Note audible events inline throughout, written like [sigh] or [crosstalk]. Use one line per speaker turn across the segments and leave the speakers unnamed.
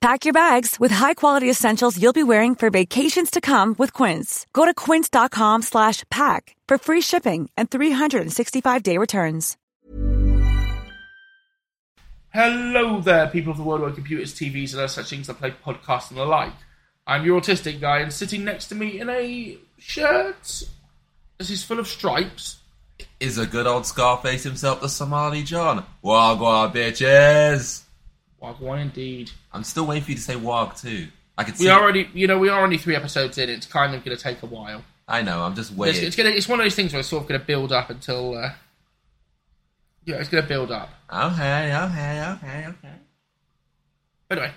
Pack your bags with high-quality essentials you'll be wearing for vacations to come with Quince. Go to quince.com slash pack for free shipping and 365-day returns.
Hello there, people of the world where computers, TVs, and other such things that play podcasts and the like. I'm your autistic guy, and sitting next to me in a shirt this is full of stripes
is a good old Scarface himself, the Somali John. Wagwa, bitches!
Wagwan indeed.
I'm still waiting for you to say wag too. I can see.
We are already, you know, we are only three episodes in. It's kind of going to take a while.
I know. I'm just
It's,
waiting.
it's gonna, it's one of those things where it's sort of going to build up until, uh, yeah, it's going to build up.
Oh, Okay, okay, okay, okay.
Anyway,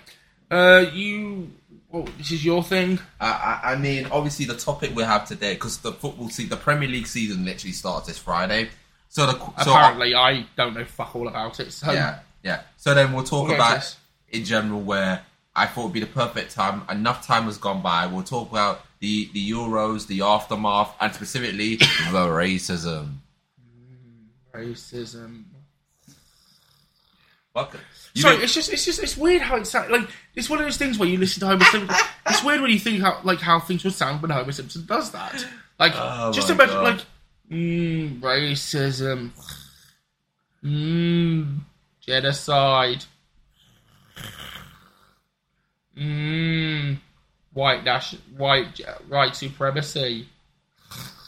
uh, you, oh, this is your thing.
I, I I mean, obviously, the topic we have today, because the football season, the Premier League season, literally starts this Friday. So the so
Apparently, I don't know fuck all about it. So
yeah, yeah. So then we'll talk
Okay,
about
yes.
in general where I thought would be the perfect time. Enough time has gone by. We'll talk about the the Euros, the aftermath, and specifically the racism.
racism.
Fuck it. You
Sorry,
know-
it's just, it's just, it's weird how it sounds. Like it's one of those things where you listen to Homer
[laughs]
Simpson. it's weird when you think how, like, how things would sound when Homer Simpson does that. Like,
Oh
just
my
imagine,
God.
like, mm, racism, mm, genocide, mm, white nation, white, white supremacy.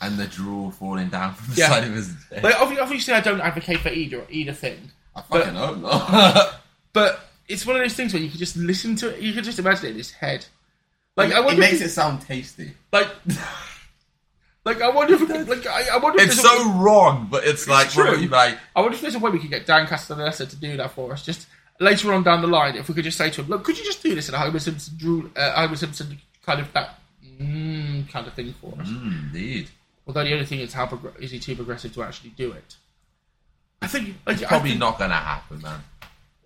and the drool falling down from the
Yeah.
side of his head.
Like, obvi- obviously, I don't advocate for either either thing.
I fucking hope not.
But it's one of those things where you can just listen to it. You can just imagine it in his head. Like I
it
wonder, if
makes
he-
it sound tasty.
like, [laughs] like I wonder if like I, I wonder if
It's
there's a-
so wrong, but it's, like
true.
true. You like
I wonder if there's a way we could get Dan Castellaneta to do that for us. Just later on down the line, if we could just say to him, "Look, could you just do this in a Homer Simpson, drool, uh, Homer Simpson kind of that mm, kind of thing for us?"
mm, indeed.
Although the only thing is, how progr- is he too progressive to actually do it? I think like, I
Probably
think
not gonna happen, man.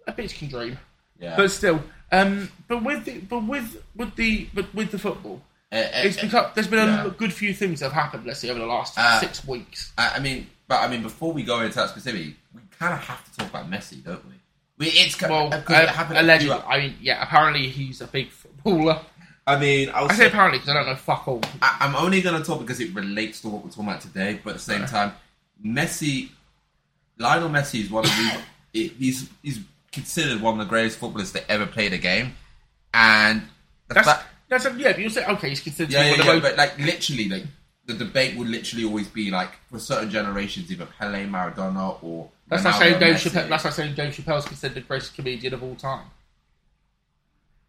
a bitch can dream.
Yeah,
But still, um, but with the, but with with the but with the football,
Eh, eh,
it's
eh,
become there's been a
yeah.
good few things that have happened. Let's say over the last
Uh,
six weeks.
I, I mean, but I mean, before we go into that specifically, we kind of have to talk about Messi, don't we? we it's kind
Well,
of
uh, allegedly, I mean, yeah. Apparently, he's a big footballer.
I mean, I'll
I say
say,
apparently because I don't know fuck all.
I, I'm only gonna talk because it relates to what we're talking about today. But at the same time, Messi, Lionel Messi is one of the [coughs] he- he's he's considered one of the greatest footballers to ever play the game, and the
That's
fact.
that's a, yeah. But you say okay, he's considered to
yeah,
be
yeah,
one
yeah,
of the most.
but like literally, like the debate would literally always be like for certain generations, either Pele, Maradona, or
That's
Ronaldo,
like saying Dave
Messi.
Chappelle. That's like saying Dave Chappelle's considered the greatest comedian of all time.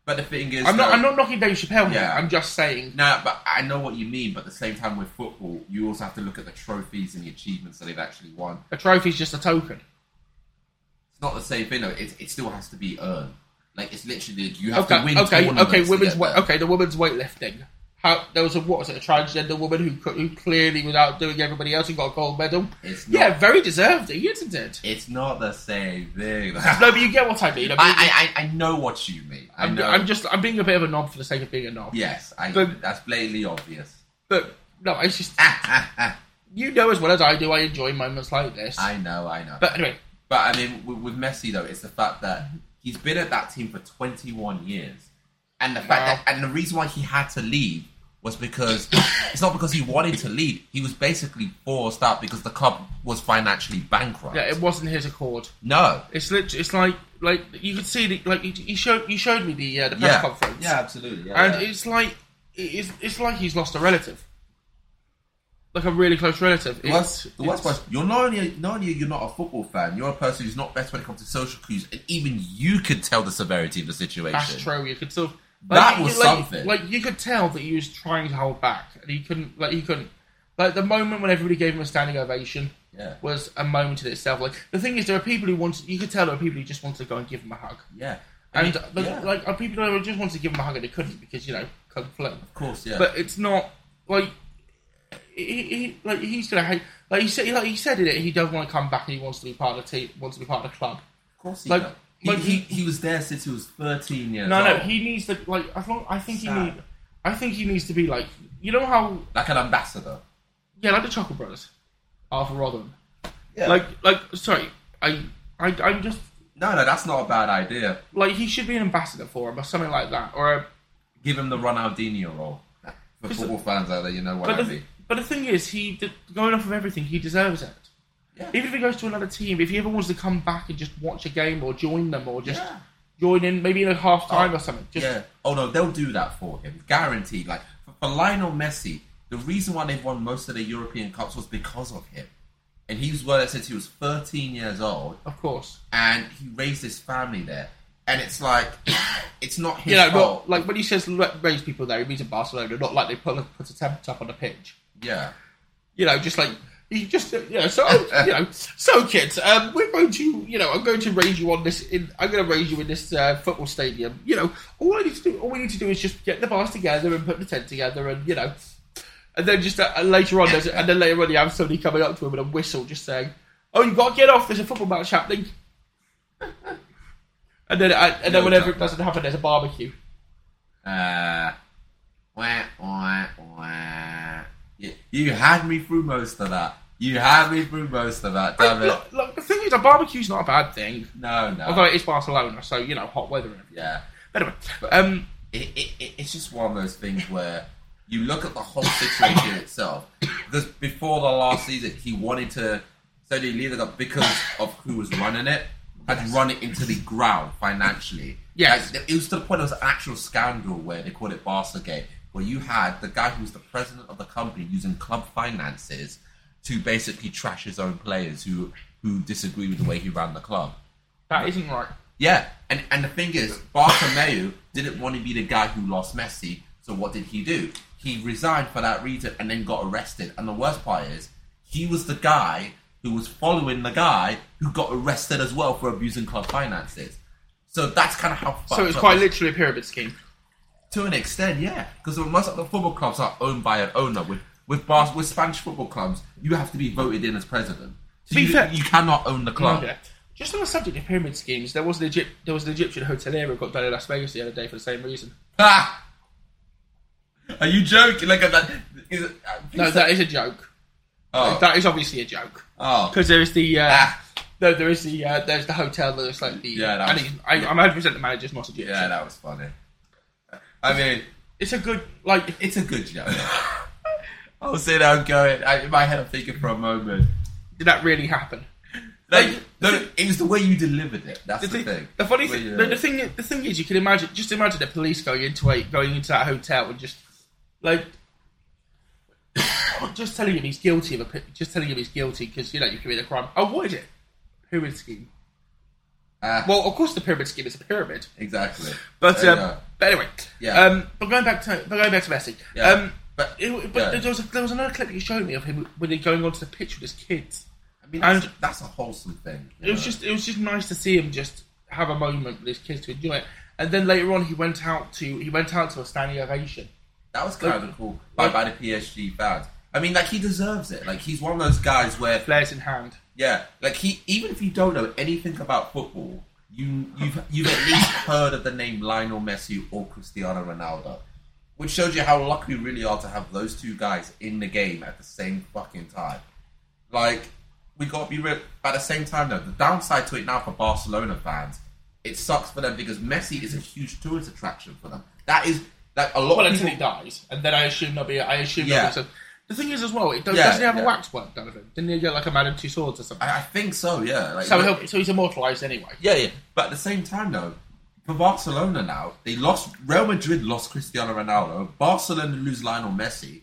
But the thing is,
I'm not.
though-
I'm not knocking Dave Chappelle. here.
Yeah.
I'm just saying.
No, but I know what you mean. But at the same time, with football, you also have to look at the trophies and the achievements that they've actually won.
A trophy's just a token.
It's not the same thing. Though. It, it still has to be earned. Like it's literally you have to
Okay,
win.
okay,
tournaments
okay.
to
Women's
get
weight,
there.
okay, the women's weightlifting. How there was a what was it a transgender woman who cou- who clearly without doing everybody else and got a gold medal.
It's not-
yeah, very deserved, isn't it?
It's not the same [laughs] thing.
No, but you get what I mean. I'm, being-
I, I, I I know what you mean. I
I'm-
know.
I'm just I'm being a bit of a knob for the sake of being a knob.
yes. I,
But-
that's blatantly obvious. [laughs]
But no, it's just you know as well as I do. I enjoy moments like this.
I know. I know.
but anyway,
But I mean, with, with Messi though, it's the fact that he's been at that team for 21 years, and the fact that and the reason why he had to leave was because it's not because he wanted to leave. He was basically forced out because the club was financially bankrupt.
yeah, it wasn't his accord.
no.
It's literally it's like like you could see the, like you, you showed you showed me the uh, the press
Yeah.
conference.
Yeah, absolutely. Yeah,
and
yeah.
it's like it's it's like he's lost a relative, like a really close relative.
The worst,
It's-
the worst
it's-
part, you're not only not only you're not a football fan, you're a person who's not best when it comes to social cues, and even you could tell the severity of the situation.
That's true. You could still
That was
like,
something.
Like you could tell that he was trying to hold back, and he couldn't. Like he couldn't. Like the moment when everybody gave him a standing ovation
Yeah.
was a moment in itself. Like the thing is, there are people who wanted. You could tell there are people who just wanted to go and give him a hug,
Yeah, I
and
mean,
like,
yeah,
like are people who just wanted to give him a hug and they couldn't because you know conflict.
of course, yeah.
But it's not like he, he like he's gonna hate. Like he said, like he said in it, he don't want to come back. and He wants to be part of the team. Wants to be part of the club.
Of course he
Like-
does.
like
he,
he-
he, he was there since he was 13 years
No,
old.
no, he needs to like. I think I think he
Sad.
need, I think he needs to be like you know how
Like an ambassador.
yeah like the Chocolate Brothers, Arthur Rotherham.
Yeah.
Like like sorry, I I I'm just
no, no, that's not a bad idea.
like he should be an ambassador for him or something like that or. A,
Give him the Ronaldinho role. For football fans out there, you know what
But
I
the,
mean.
but the thing is, he de- going off of everything, he deserves it.
Yeah.
Even if he goes to another team, if he ever wants to come back and just watch a game or join them or just
Yeah.
join in, maybe in a half time
Oh,
or something. Just,
yeah. Oh no, they'll do that for him, guaranteed. Like for, for Lionel Messi, the reason why they've won most of the European cups was because of him, and he was there since he was 13 years old,
Of course.
and he raised his family there. And it's like, [coughs] it's not his
You know, not,
fault.
like when he says "Let- raise people there, he means in Barcelona, not like they put a, put a temp up on the pitch.
yeah.
You know, just like. He just, you know, so you know, so kids, um, we're going to, you know, I'm going to raise you on this. In, I'm going to raise you in this uh, football stadium. You know, all I need to do, all we need to do is just get the bars together and put the tent together, and you know, and then just uh, and later on, there's, and then later on, you have somebody coming up to him with a whistle, just saying, "Oh, you got to get off. There's a football match happening." [laughs] and then, uh, and then
No,
whenever
no,
it doesn't happen, there's a barbecue.
Uh, wah, wah, wah. You, you had me through most of that. You had me through most of that. Damn it.
Look, look, the thing is, a barbecue's not a bad thing,
No, no.
although it is Barcelona, so you know, hot weather and everything.
yeah.
But anyway, um.
it, it, it, it's just one of those things where you look at the whole situation itself. Because before the last season, he wanted to suddenly leave the club because of who was running it, had run it into the ground financially.
Yes.
Like, it was to the point it was an actual scandal where they called it Barcelgate, where you had the guy who was the president of the company using club finances to basically trash his own players who who disagree with the way he ran the club.
That isn't right.
Yeah, and and the thing is, Bartomeu didn't want to be the guy who lost Messi. So what did he do? He resigned for that reason and then got arrested. And the worst part is, he was the guy who was following the guy who got arrested as well for abusing club finances. So that's kind of how.
So
fucked
it's
up
quite
this-
literally a pyramid scheme.
to an extent, yeah. Because most of the football clubs are owned by an owner. With with Bas- with Spanish football clubs, you have to be voted in as president. So
To be
you,
fair-
you cannot own the club.
Okay. Um, Just on the subject of pyramid schemes, there was an Egypt, there was an Egyptian hotelier who got done in Las Vegas the other day for the same reason.
Ah! Are you joking? Look at that. Is it, uh,
No,
please-
that is a joke.
oh,
That is obviously a joke
oh.
because there is the uh,
Ah.
no, there is the uh, there's the hotel that's like the
Yeah, that
and
was-
he's- I, I'm 100 percent the manager's not Egyptian.
yeah, that was funny. I mean,
It's a good like
it's a
[laughs]
good joke. I'll sit down going. I, in my head, I'm thinking for a moment.
did that really happen?
Like, no, no, it was the way you delivered it. That's the, thing.
The funny
way
thing, the,
you delivered
the
it.
thing, the thing is, you can imagine, just imagine the police going into a going into that hotel and just like [coughs] just telling him he's guilty of a, pi- just telling him he's guilty because you know you committed a crime. Oh, what is it? Pyramid scheme.
Ah.
well, of course, the pyramid scheme is a pyramid,
Exactly.
but
There you
um,
go.
but anyway,
Yeah.
Um, but going back to but going back to Messi,
Yeah.
um,
But-
it, but
yeah.
there was there was another clip you showed me of him when they're going onto the pitch with his kids.
I mean, that's,
and-
that's a wholesome thing. you
It was
know.
just it was just nice to see him just have a moment with his kids to enjoy it. And then later on, he went out to he went out to a standing ovation.
That was kind
Like-
of cool by, by the PSG fans. I mean, like he deserves it. Like he's one of those guys where,
Flares in hand.
yeah, like he even if you don't know anything about football, you you've you've at least heard of the name Lionel Messi or Cristiano Ronaldo, which shows you how lucky we really are to have those two guys in the game at the same fucking time. Like we got to be real. But at the same time, though, the downside to it now for Barcelona fans, it sucks for them because Messi is a huge tourist attraction for them. That is. That a lot
Well,
of
until
people,
he dies, and then I assume there'll be I assume
Yeah.
there'll be some- The thing is, as well, it does,
Yeah,
doesn't he have a
yeah.
wax work done of him? Didn't he get like a man in two swords or something?
I, I think so, yeah. Like,
so
but-
he'll, so he's immortalized anyway.
yeah, yeah. But at the same time, though, for Barcelona now, they lost. Real Madrid lost Cristiano Ronaldo. Barcelona lose Lionel Messi.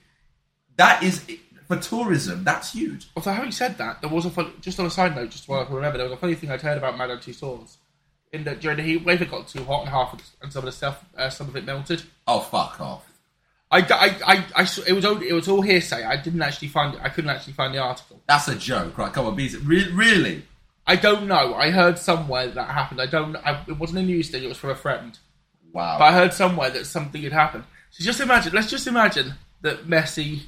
That is for tourism. That's huge.
Although having said that, there was a fun, just on a side note, just while I can remember, there was a funny thing I'd heard about Madame Tussauds. In that during the heat wave, it got too hot, and half of, and some of the stuff, uh, some of it melted.
Oh fuck off.
I, I, I, I s- it was all, it was all hearsay. I didn't actually find it. I couldn't actually find the article.
That's a joke, right? Come on, be re- really.
I don't know. I heard somewhere that happened. I don't. I, it wasn't a news thing. It was from a friend.
Wow.
But I heard somewhere that something had happened. So just imagine. Let's just imagine that Messi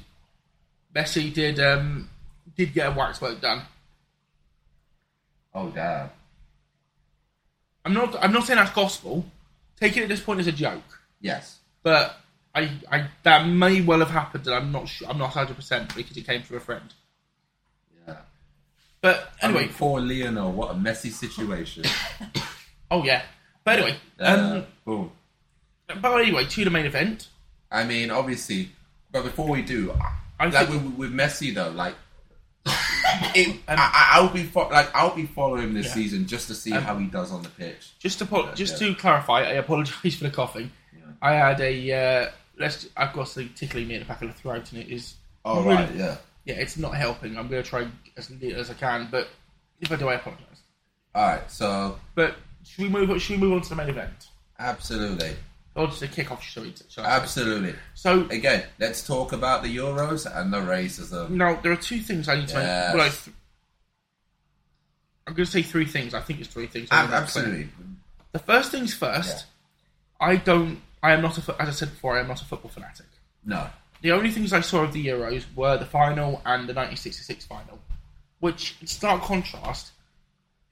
Messi did um, did get a waxwork done.
Oh damn.
I'm not I'm not saying that's gospel. Taking it at this point is a joke,
Yes.
but I, I that may well have happened, and I'm not sure, I'm not 100 percent because it came from a friend.
Yeah.
But
Anyway,
anyway,
poor Lionel, what a messy situation.
oh yeah. But anyway,
Uh,
[laughs] um,
boom.
but anyway, to the main event.
I mean, obviously, but before we do,
I
like
think-
with, with Messi
[laughs]
though, like it, I- I, I'll be fo- like I'll be following this
Yeah.
season just to see how he does on the pitch.
Just to pol- just
yeah.
to clarify, I apologise [laughs] for the coughing. I had a uh, let's. I've got something tickling me in the back of the throat, and it is.
Oh
really-
right, yeah.
yeah, it's not helping. I'm going to try as little as I can, but if I do, I apologise.
All right, so
But should we move? on- Should we move on to the main event,
absolutely,
or just a kick-off? Shall we? Shall I say?
absolutely.
so
Again, let's talk about the Euros and the racism.
now there are two things I need to.
Yes.
Make, well, I th- I'm going to say three things. I think it's three things. I
Ab-
don't know.
absolutely,
The first things first. I don't. I am not a. fo- As I said before, I am not a football fanatic.
no.
The only things I saw of the Euros were the final and the 1966 final, which, in stark contrast,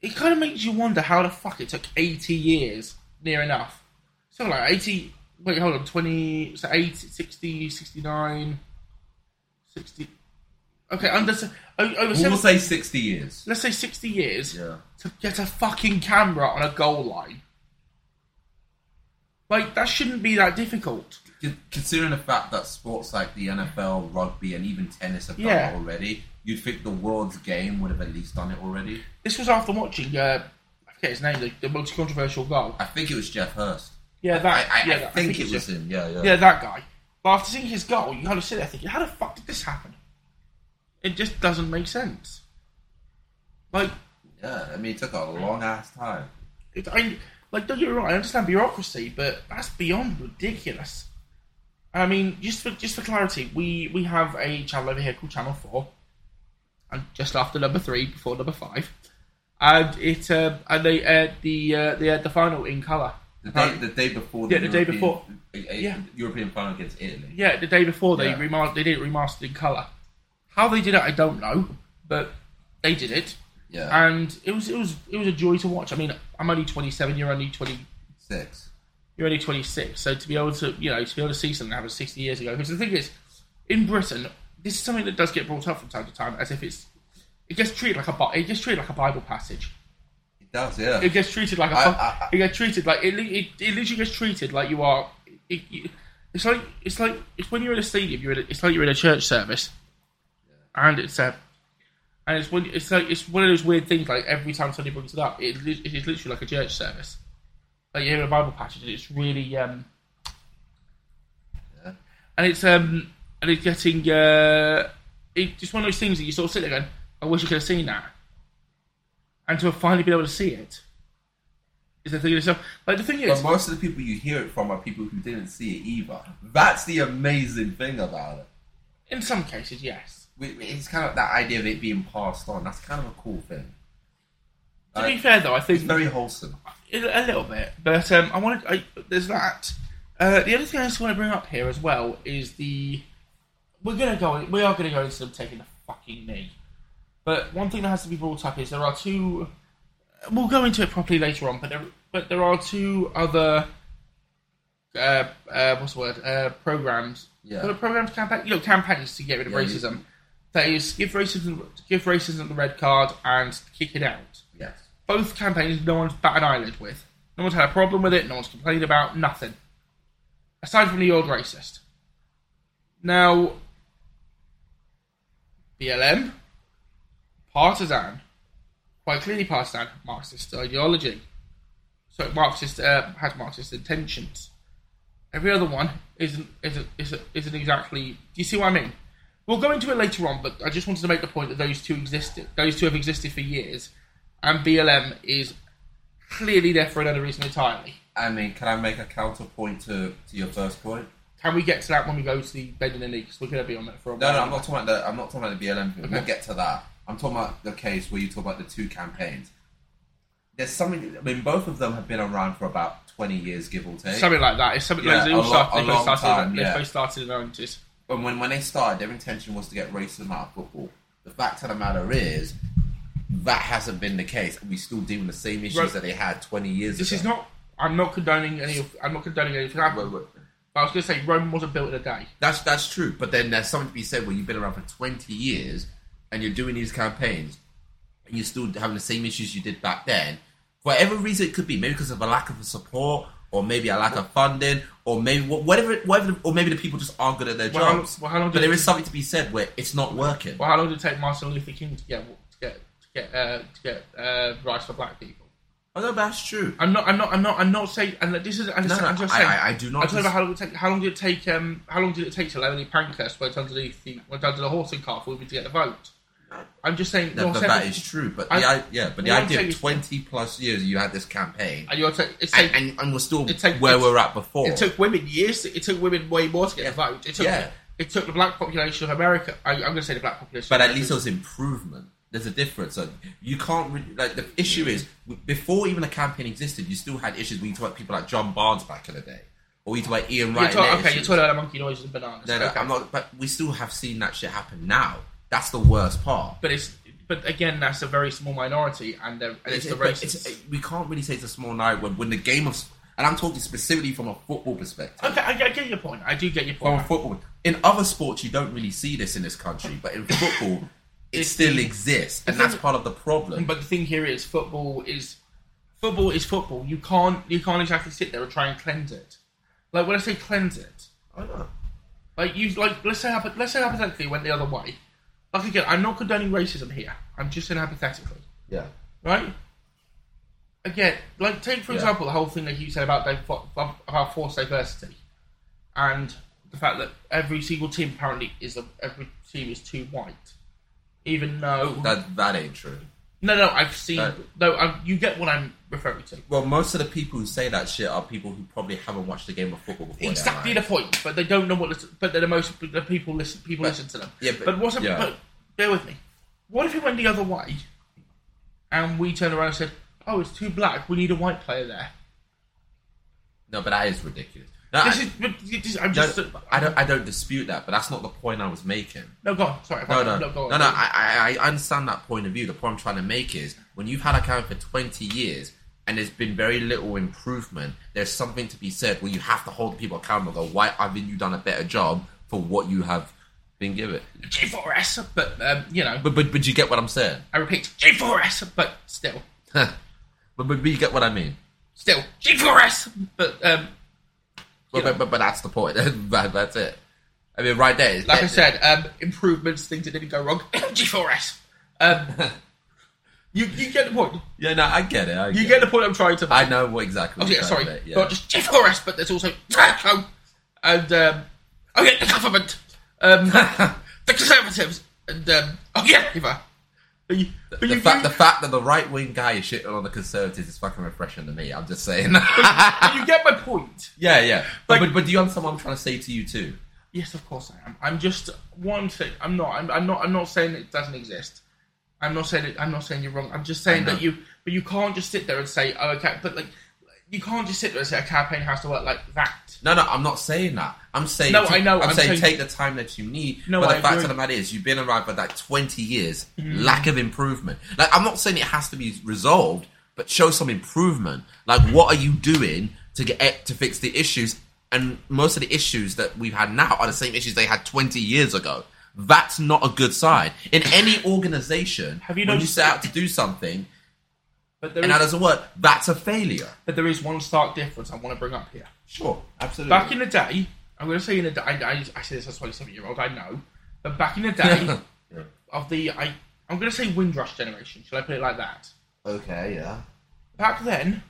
it kind of makes you wonder how the fuck it took 80 years, near enough. So, like, 80, wait, hold on, 20, so 80, 60, 69, 60, okay, under, se- o- over
We'll
seven,
say sixty years.
let's say 60 years
Yeah.
to get a fucking camera on a goal line. Like, that shouldn't be that difficult.
Con- Considering the fact that sports like the NFL, rugby, and even tennis have done
Yeah.
it already, you'd think the world's game would have at least done it already.
This was after watching, uh, I forget his name, the, the most controversial goal.
I think it was Jeff Hurst.
Yeah,
I,
that.
I,
yeah,
I
that-
think it was
him.
him. Yeah, yeah.
Yeah, that guy. But after seeing his goal, you kind of sit there thinking, how the fuck did this happen? It just doesn't make sense. Like,
Yeah, I mean, it took a long ass time.
it, I, like don't get me wrong, I understand bureaucracy, but that's beyond ridiculous. I mean, just for just for clarity, we we have a channel over here called Channel Four, and just after number three, before number five, and it um, and they aired the uh, they aired the final in color.
The day, the day before.
Yeah, the day before.
uh, uh,
Yeah.
European final against Italy.
Yeah, the day before they
Yeah.
remar- they did it remastered in color. How they did it, I don't know, but they did it,
Yeah,
and it was it was it was a joy to watch. I mean, I'm only 27, you're only 20,
six.
you're only 26, so to be able to you know to be able to see something that happened 60 years ago. Because the thing is, in Britain, this is something that does get brought up from time to time, as if it's it gets treated like a Bi- it gets treated like a Bible passage.
It does. Yeah.
It gets treated like a
I-
fu-
I- I-
it gets treated like it, li- it, it literally gets treated like you are. It, you- it's like it's like it's when you're in a stadium. You're in a, it's like you're in a church service, and it's a and it's when it's like it's one of those weird things. Like every time somebody brings it up, it, li- it is literally like a church service. Like you hear a Bible passage, and it's really um,
Yeah.
and it's um, and it's getting uh, it's just one of those things that you sort of sit there going, I wish I could have seen that, and to have finally been able to see it is the thing in itself. Like the thing
But
is,
most of the people you hear it from are people who didn't see it either. That's the amazing thing about it.
in some cases, yes.
We- we- It's kind of that idea of it being passed on. That's kind of a cool thing.
To
Like,
be fair, though, I
it's
think
very wholesome.
a little bit, but um, I wanted. I, there's that. Uh, the other thing I just want to bring up here as well is the we're gonna go. We are gonna go into them taking the fucking knee. But one thing that has to be brought up is there are two. We'll go into it properly later on, but there but there are two other. Uh, uh, what's the word? Uh, programs.
Yeah.
Sort of programs campaign. You know, campaigns to get rid of
Yeah, you-
racism. That is, give racism, give racism the red card and kick it out
Yes.
both campaigns no one's bat an eyelid with. No one's had a problem with it, no one's complained about, nothing. Aside from the old racist. Now, BLM, partisan, quite clearly partisan, Marxist ideology. So Marxist uh, has Marxist intentions. Every other one isn't isn't isn't, isn't exactly. Do you see what I mean? We'll go into it later on, but I just wanted to make the point that those two existed. Those two have existed for years, and BLM is clearly there for another reason entirely.
I mean, can I make a counterpoint to, to your first point?
Can we get to that when we go to the bending the knee? Because we're going to be on it for a
No,
while.
no, I'm not talking about the. I'm not talking about the BLM thing. We'll get to that. I'm talking about the case where you talk about the two campaigns. There's something. I mean, both of them have been around for about 20 years, give or take.
Something like that. It's something.
Yeah,
like, they
a
all
lo-
started,
a
they both
long
started.
time,
they
yeah.
both started in the nineties.
when, when when they started, their intention was to get racism out of football. The fact of the matter is, that hasn't been the case. We still deal with the same issues
Right.
that they had 20 years
This
ago.
is not. I'm not condoning any. Of, I'm not condoning anything.
Wait,
happened.
wait.
But I was going to say Rome wasn't built in a day.
That's that's true, but then there's something to be said when you've been around for 20 years and you're doing these campaigns and you're still having the same issues you did back then. For whatever reason it could be, maybe because of a lack of support, or maybe a lack of funding, or maybe wh- whatever, whatever, or maybe the people just aren't good at their
Well, how-
jobs.
well, how long
but
did-
there is something to be said where it's not working.
Well, how long did it take Martin Luther King to get to get to get uh, to get uh, rights for black people?
I know that's true.
I'm not. I'm not. I'm not. I'm not saying. And this is. I'm,
No,
just,
no,
I'm just
I-
saying.
I- I do
I'm
not
talking
dis-
about how long it take. How long did it take? Um, how long did it take till Emily Pankhurst went underneath the went under the horse and cart for women to get the vote? I'm just saying.
That,
you're
that,
saying-
that is true, but the
I-
I, yeah, but the
Well, I'm
idea
saying
of
is-
20 plus years you had this campaign,
And you're saying it's
and,
taking.
and, and we're still
It take-
where
it's-
we're at before.
It took women years. To, it took women way more to get the vote. It took.
Yeah.
It took the black population of America. I, I'm going to say the black population.
but
of
at least there was improvement. There's a difference. Like, you can't really, like the issue is before even a campaign existed, you still had issues. We talked about people like John Barnes back in the day, or we talked about Ian Wright.
You're
and
talking,
their
okay, you're
issues.
talking about monkey noises and bananas.
No, no,
okay.
I'm not. But we still have seen that shit happen now. That's the worst part.
But it's but again, that's a very small minority, and, they're- and it's,
It's-
the
but
racists.
it's- we can't really say it's a small night when, when the game of and I'm talking specifically from a football perspective.
okay, I, I get your point. I do get your
From
point.
a football, in other sports you don't really see this in this country, but in football it still exists, and that's part of the problem.
but the thing here is, football is football is football. You can't you can't exactly sit there and try and cleanse it. Like when I say cleanse it,
I don't know.
like you like let's say hypo- let's say hypothetically it went the other way. Like again, I'm not condoning racism here. I'm just saying hypothetically.
Yeah.
right? Again, like take for
Yeah.
example the whole thing that you said about div- about forced diversity, and the fact that every single team apparently is a, every team is too white, even though
That that ain't true.
no, no, I've seen
that-
no, i you get what I'm referring to.
Well, most of the people who say that shit are people who probably haven't watched the game of football before. in their
exactly the
lives.
point, but they don't know what. Listen, but they're the most the people listen. People listen to them.
yeah, but-
what's a,
yeah.
but bear with me. What if it went the other way, and we turned around and said, "Oh, it's too black. We need a white player there."
No, but that is ridiculous. No,
This
I,
is, but this- I'm
no,
just.
I don't. I don't dispute that, but that's not the point I was making.
No, go on. Sorry. if
No,
I-
no,
no, go
no,
on.
no. I, I, I understand that point of view. The point I'm trying to make is when you've had a account for 20 years and there's been very little improvement. There's something to be said where you have to hold people accountable. and Go, why haven't you done a better job for what you have been given?
G4S, but um, you know,
But but, but you get what I'm saying. [laughs]
I repeat, G4S, but still,
but, but but you get what I mean.
still G4S, but um,
But, but, but, but that's the point. [laughs] that, that's it. I mean, right there.
like I said, um, improvements, things that didn't go wrong. [coughs] G4S.
[laughs]
Um, you you get the point.
yeah, no, I get it. I
You
get,
get
it.
the point I'm trying to make.
I know what exactly.
Oh,
you're
yeah,
trying
sorry,
to make,
not just G4S, but there's also Turco and um, oh yeah, the government, um,
[laughs]
the Conservatives, and um, oh yeah, Labour. But you, but
The,
you-
fact,
you-
the fact that the right wing guy is shitting on the conservatives is fucking refreshing to me. I'm just saying. [laughs]
but you get my point.
yeah, yeah.
Like-
But, but, but do you understand what I'm trying to say to you too?
Yes, of course I am. I'm just one thing. I'm not. I'm, I'm not. I'm not saying it doesn't exist. I'm not saying it. I'm not saying you're wrong. I'm just saying
know.
that you. But you can't just sit there and say, "Oh, okay." But like, you can't just sit there and say a campaign has to work like that.
No, no, I'm not saying that. I'm saying
No, I know,
I'm,
I'm
saying,
saying-
take the time that you need.
No,
but the
I
fact
agree. Mm-hmm.
of the matter is, you've been around for like 20 years. Lack of improvement. Like I'm not saying it has to be resolved, but show some improvement. Like what are you doing to get eh, to fix the issues? And most of the issues that we've had now are the same issues they had 20 years ago. That's not a good sign. In any organization,
Have you
when you
noticed-
set out to do something
But there
and that
is.
doesn't work, that's a failure.
But there is one stark difference I want to bring up here.
Sure, absolutely.
Back in the day, I'm going to say in the day. I, I, I say this as a 27 year old. I know. But back in the
[laughs]
day of the, I, I'm going to say Windrush generation. Shall I put it like that?
okay, yeah.
back then,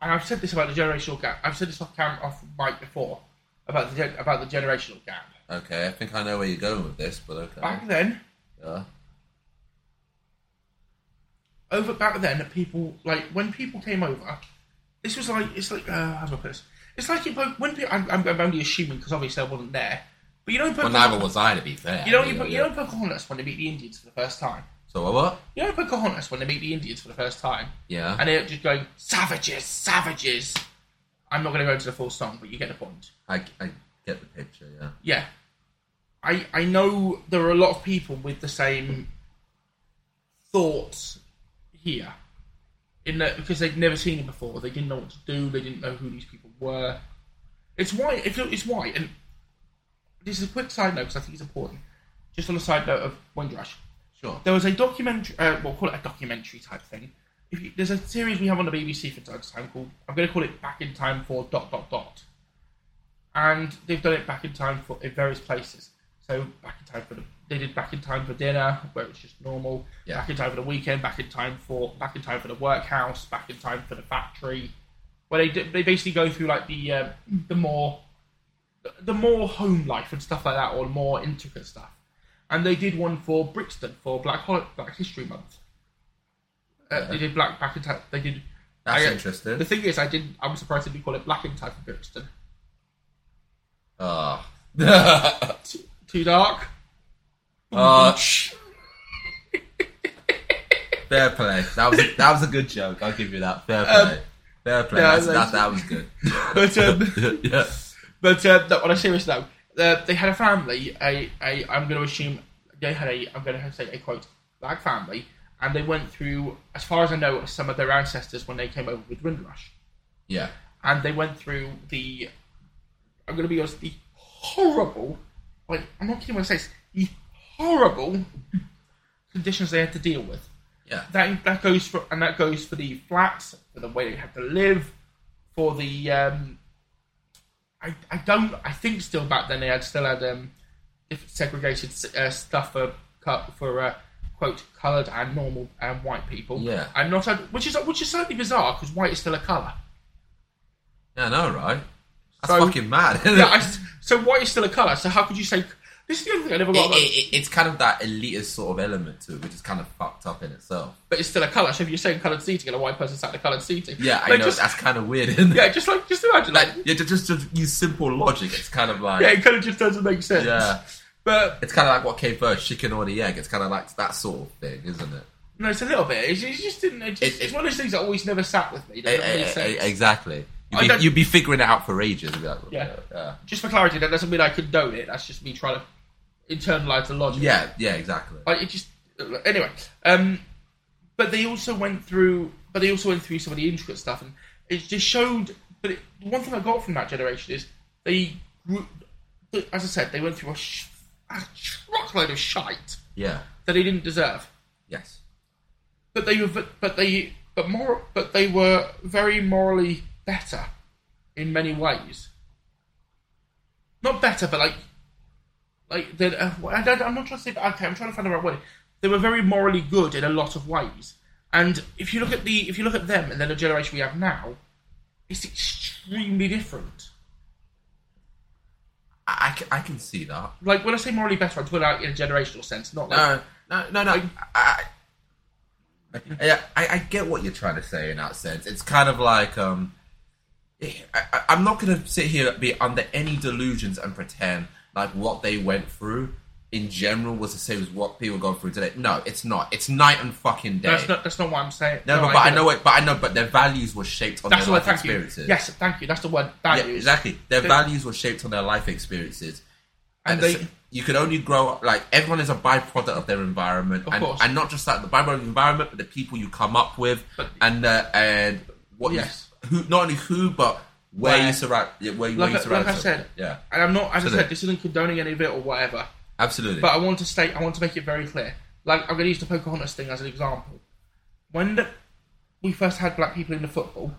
and I've said this about the generational gap. I've said this off camera, off mic before about the gen- about the generational gap.
Okay, I think I know where you're going with this, but okay.
Back then,
Yeah.
over back then, people like when people came over, this was like it's like uh, how do I put this? It's like in Pokemon. When people, I'm, I'm, I'm only assuming because obviously I wasn't there, but you know, in
Well,
Pokemon,
neither was I, to be fair.
you know,
Yeah,
you,
yeah.
you know, in Pocahontas when they meet the Indians for the first time.
So uh, what?
You know, in Pocahontas when they meet the Indians for the first time.
Yeah.
and they're just going savages, savages. I'm not going to go into the full song, but you get the point.
I, I get the picture. Yeah,
yeah, I I know there are a lot of people with the same thoughts here, in that because they'd never seen it before, they didn't know what to do, they didn't know who these people were. It's why if you- it's why, and this is a quick side note because I think it's important. Just on a side note of Windrush,
sure.
there was a documentary, uh, we'll call it a documentary type thing. If you, there's a series we have on the BBC from time to time called, I'm going to call it Back in Time for dot dot dot. And they've done it back in time for in various places. So back in time for the, they did back in time for dinner, where it's just normal.
Yeah.
Back in time for the weekend. Back in time for back in time for the workhouse. Back in time for the factory. Where they d- they basically go through like the uh, the more the more home life and stuff like that, or more intricate stuff. And they did one for Brixton for Black Hol- Black History Month. Uh, They did Black Back in Time. They did.
That's
I- uh,
interesting.
The thing is, I didn't. I'm surprised they didn't call it Black in Time for Brixton.
Ah, [laughs]
Too dark. [laughs]
Ah, shh. Fair play. That was that was a good joke. I'll give you that. Fair play. Fair play.
Um, yeah,
That's,
that's-
that that was good.
[laughs] But um,
[laughs] yeah.
but uh, no, on a serious note, uh, they had a family. A, a I'm going to assume they had a. I'm going to say a quote black family, and they went through, as far as I know, some of their ancestors when they came over with Windrush.
Yeah.
and they went through the. I'm going to be honest, the horrible. Like I'm not kidding when I say this, the horrible conditions they had to deal with.
Yeah.
That that goes for and that goes for the flats, for the way they had to live, for the. Um, I I don't I think still back then they had still had um, if segregated uh, stuff for cut for. Uh, "Quote coloured and normal and white people."
Yeah.
and not which is which is certainly bizarre because white is still a colour.
Yeah, I know, right? That's
So-
fucking mad. [laughs]
yeah, I, so white is still a colour. So how could you say this is the other thing I never got?
It-
about
it- it- it's kind of that elitist sort of element to it, which is kind of fucked up in itself.
but it's still a colour. So if you're saying coloured seating and a white person sat in a coloured seating,
Yeah, I
Like,
know
Just,
that's kind of weird. Isn't it?
yeah, just like just imagine
like
like,
yeah, ju- just, just use simple logic. It's kind of like
yeah,
yeah,
it kind of just doesn't make sense. But
it's kind of like what came first, chicken or the egg. It's kind of like that sort of thing, isn't it?
no, it's a little bit. It's, it's just didn't. It just,
It- it-
it's one of those things that always never sat with me. It
Eh,
Doesn't
eh,
make
eh,
sense.
exactly.
I
You'd
don't-
be, you'd be figuring it out for ages. You'd be like,
Yeah.
yeah,
Just for clarity, that doesn't mean I condone it. That's just me trying to internalize the logic.
yeah, yeah, exactly.
Like it just anyway. Um, but they also went through, but they also went through some of the intricate stuff, and it just showed. But it, the one thing I got from that generation is they, grew, but as I said, they went through a, sh- a truckload of shite
Yeah,
that they didn't deserve.
yes,
But they were, but they, but more, but they were very morally better in many ways. Not better, but like, like that. Uh, I don't, I'm not trying to say. Okay, I'm trying to find the right way. They were very morally good in a lot of ways. And if you look at the, if you look at them and then the generation we have now, it's extremely different.
I, I, c- I can see that.
Like when I say morally better, I'm talking about in a generational sense, not like
No, Uh, no, no, no. I, I, I, I get what you're trying to say in that sense. It's kind of like um, I, I- I'm not going to sit here and be under any delusions and pretend like what they went through in general was the same as what people go through today. No, it's not. It's night and fucking day.
that's not that's not what I'm saying.
no, but I
get
know it. But I know. But their values were shaped on
That's the
their
word.
life
Thank you.
experiences.
Yes, thank you. That's the word.
Yeah,
Values.
exactly. Their
They-
values were shaped on their life experiences.
And
the
they-
s- you could only grow up, like, everyone is a byproduct of their environment.
Of
and,
course.
and not just that, the byproduct of the environment, but the people you come up with
But-
and uh, and what
Yes.
you, who, not only who, but where,
Where.
you surround, yeah, where, you- where
like,
you
I-
surround
like I
yourself.
said,
Yeah,
and I'm not, as I
Absolutely.
said, this isn't condoning any of it or whatever,
absolutely.
but I want to state, I want to make it very clear. Like, I'm going to use the Pocahontas thing as an example. When the, we first had black people in the football,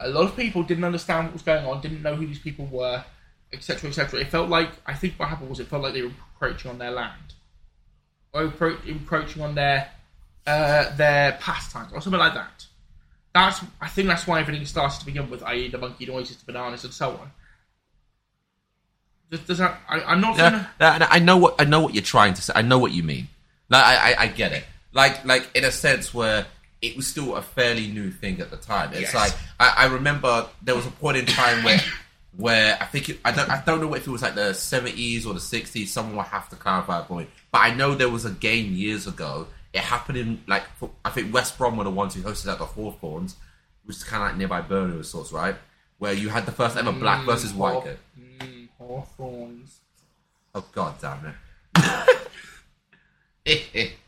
a lot of people didn't understand what was going on, didn't know who these people were, etc., etc. It felt like, I think what happened was it felt like they were encroaching on their land, or encro- encroaching on their uh, their pastimes, or something like that. That's, I think that's why everything started to begin with, i.e., the monkey noises, the bananas, and so on. Does, does that, I, I'm not
No,
gonna-
no, and I know what I know what you're trying to say. I know what you mean. Like I, I, I get it. Like like in a sense where it was still a fairly new thing at the time. It's
Yes.
like I, I remember there was a point in time where where I think it, I don't I don't know if it was like the seventies or the sixties. Someone will have to clarify for me. But I know there was a game years ago. It happened in like for, I think West Brom were the ones who hosted at the Hawthorns, which is kind of like nearby Burnley of sorts, right? Where you had the first ever black versus white game.
Mm, Or thorns.
Oh god damn it. [laughs]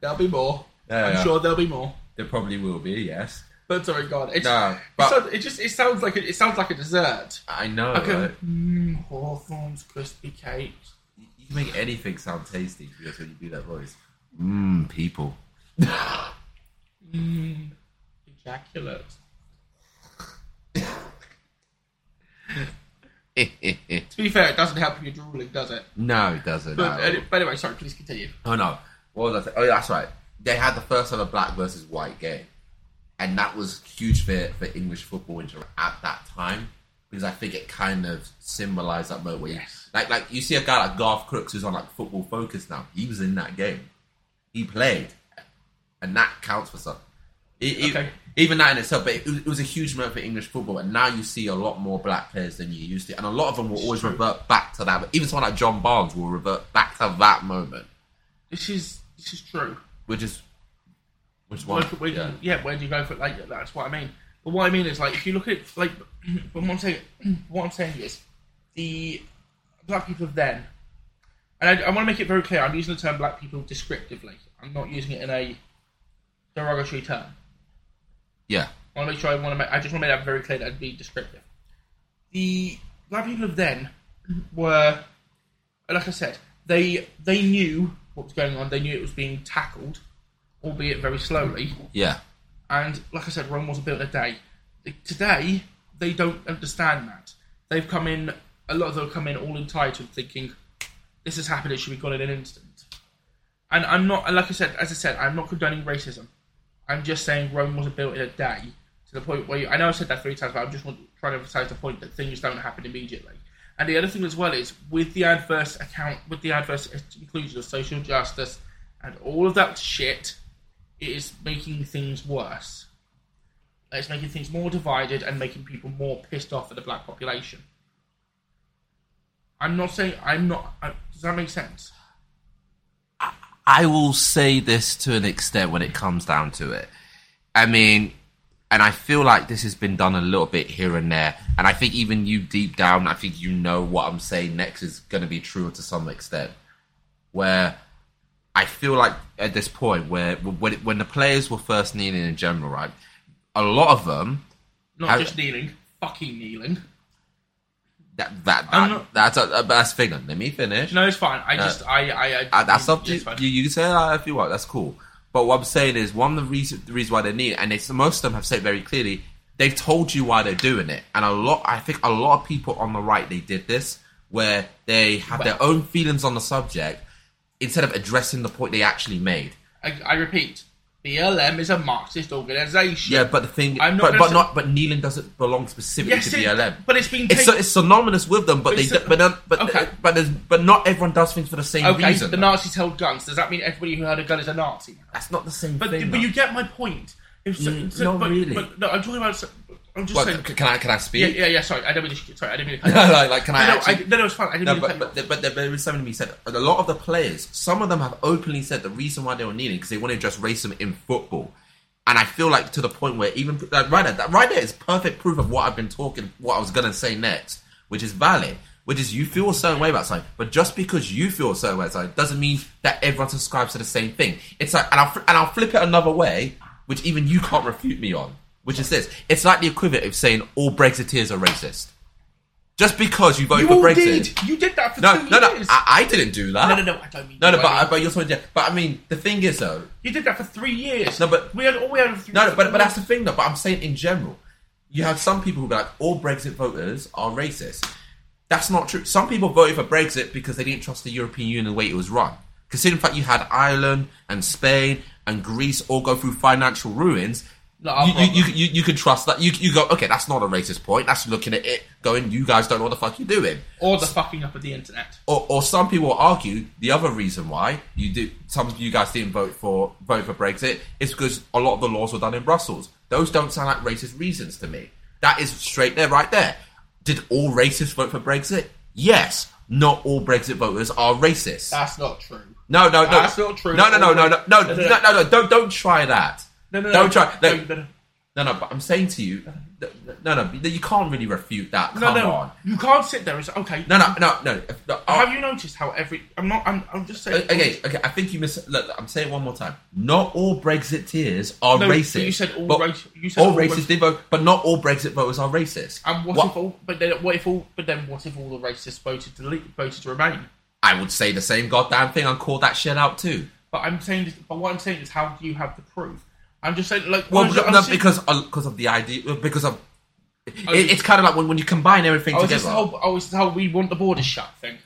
There'll be more.
Yeah,
I'm
yeah.
sure there'll be more.
there probably will be, yes.
But sorry, God, it's,
No,
it's
but-
so- it just it sounds like a, it sounds like a dessert.
I know.
Okay,
right?
mm, Hawthorns crispy cake.
You can make anything sound tasty because when you do that voice. Mmm, [laughs] people.
Ejaculate. To be fair, it doesn't help your drooling, does it?
no, it doesn't.
But,
no.
uh, but anyway, sorry, please continue.
Oh no. What was I saying? Oh, yeah, that's right. They had the first ever black versus white game, and that was huge for for English football in general at that time because I think it kind of symbolised that moment. Where you,
Yes.
like like you see a guy like Garth Crooks who's on like football focus now. He was in that game. He played, and that counts for something. E- e-
Okay.
Even that in itself, but it, was- it was a huge moment for English football, and now you see a lot more black players than you used to, and a lot of them will always revert back to that. But even someone like John Barnes will revert back to that moment
This is this is true.
which is which is
Where,
one.
where, yeah. where do you go for it? Like that's what I mean. But what I mean is like if you look at like [clears throat] but what I'm saying [clears throat] what I'm saying is the black people of then and I, I want to make it very clear, I'm using the term black people descriptively. I'm not using it in a derogatory term.
Yeah.
I want to make sure I want to make. I just want to make that very clear that I'd be descriptive. The black people of then [clears throat] were, like I said, they they knew what was going on. They knew it was being tackled, albeit very slowly.
Yeah.
And like I said, Rome wasn't built in a day. Today, they don't understand that. They've come in, a lot of them come in all entitled, thinking, this has happened, it should be gone in an instant. And I'm not, and like I said, as I said, I'm not condoning racism. I'm just saying Rome wasn't built in a day to the point where you, I know I've said that three times, but I'm just want, trying to emphasize the point that things don't happen immediately. And the other thing as well is with the adverse account, with the adverse inclusion of social justice and all of that shit, it is making things worse. Like, It's making things more divided and making people more pissed off at the black population. I'm not saying I'm not. I, does that make sense?
I will say this to an extent when it comes down to it. I mean, and I feel like this has been done a little bit here and there. And I think even you deep down, I think you know what I'm saying next is going to be true to some extent. Where I feel like at this point, where when, when the players were first kneeling in general, right? A lot of them
Not
I-
just kneeling, fucking kneeling.
that that,
I'm
that
not-
that's a, that's thing. Let me finish.
No, it's fine. I just I I, I
Uh, that's up
it's
to you.
fine.
You, you can say that if you want. That's cool. But what I'm saying is, one of the reason the reason why they need, it, and it's most of them have said very clearly, they've told you why they're doing it. And a lot, I think, a lot of people on the right they did this where they have their own feelings on the subject instead of addressing the point they actually made.
I, I repeat, BLM is a Marxist organisation.
Yeah, but the thing,
I'm not
but, but
necessar-
not, but kneeling doesn't belong specifically
Yes,
to
it-
BLM.
but it's been
it's,
taken-
so, it's synonymous with them, but
But
they,
it's-
do- but then- but
okay.
but there's, but not everyone does things for the same
okay,
reason.
the Nazis held guns. Does that mean everybody who held a gun is a Nazi?
that's not the same
But
thing.
but
though.
you get my point. If so,
Mm,
so-
not
but,
really.
But, no, I'm talking about. so- I'm just
Well,
saying.
c- can I can I speak?
Yeah, yeah, yeah. Sorry, I didn't mean to. Sorry, I didn't
[laughs]
mean to. cut you off.
like, like, can I
no,
actually?
I, no, no, it's fine. I didn't
no,
mean to cut you
but but,
off.
there- but there is something to be said. A lot of the players, some of them have openly said the reason why they were kneeling because they want to address racism in football. And I feel like to the point where even like right there, that right there is perfect proof of what I've been talking, what I was gonna say next, which is valid. Which is you feel a certain way about something, but just because you feel a certain way about something doesn't mean that everyone subscribes to the same thing. It's like, and I'll fl- and I'll flip it another way, which even you can't refute me on. Which is this: it's like the equivalent of saying all Brexiteers are racist, just because you voted
You
for
all
Brexit.
did. You did that for
No,
two
no, no.
years.
I, I didn't do that.
No, no, no, I don't mean
No, no,
you,
but
I
I
mean-
but you're talking. But I mean, the thing is though.
You did that for three years.
No, but-
we had all we had. was Three
No, no, but but that's the thing though. But I'm saying in general, you have some people who be like, all Brexit voters are racist. That's not true. Some people voted for Brexit because they didn't trust the European Union the way it was run. Considering the fact you had Ireland and Spain and Greece all go through financial ruins,
Not our
you, you, you,
problem.
you, you can trust that. You, you go, okay, that's not a racist point. That's looking at it going, you guys don't know what the fuck you're doing.
or the fucking up of the internet.
or, or some people will argue the other reason why you do some of you guys didn't vote for vote for Brexit is because a lot of the laws were done in Brussels. Those don't sound like racist reasons to me. That is straight there, right there. Did all racists vote for Brexit? Yes. Not all Brexit voters are racist.
That's not true.
no, no, no.
That's not true.
No, no, no, no, no, no,
No,
no,
no,
no, no. Don't don't try that.
No, no, no.
don't try.
No,
Like,
no, no.
No, no, but I'm saying to you, th- th- no, no, you can't really refute that.
No,
Come
no,
on.
you can't sit there and say, okay.
No, no, no, no. if- no, I-
Have you noticed how every? I'm not. I'm. I'm just saying.
Uh, Okay, okay. I think you miss. Look, look, I'm saying it one more time. Not all Brexiteers are
No, but
racist.
you said all
but
raci- you said
all
all
racist
raci-
did vote, but not all Brexit voters are racist.
And what,
What-
if all? But then what if all? But then what if all the racists voted to leave, voted to remain?
I would say the same goddamn thing and call that shit out too.
But I'm saying. This, but what I'm saying is, how do you have the proof? I'm just saying, like,
Well,
I'm
no,
just- I'm
no,
saying-
because because of the idea, because of it,
Oh, you-
it's kind of like when, when you combine everything
oh, is this
together,
the whole, oh, is this the whole we want the borders shut thing?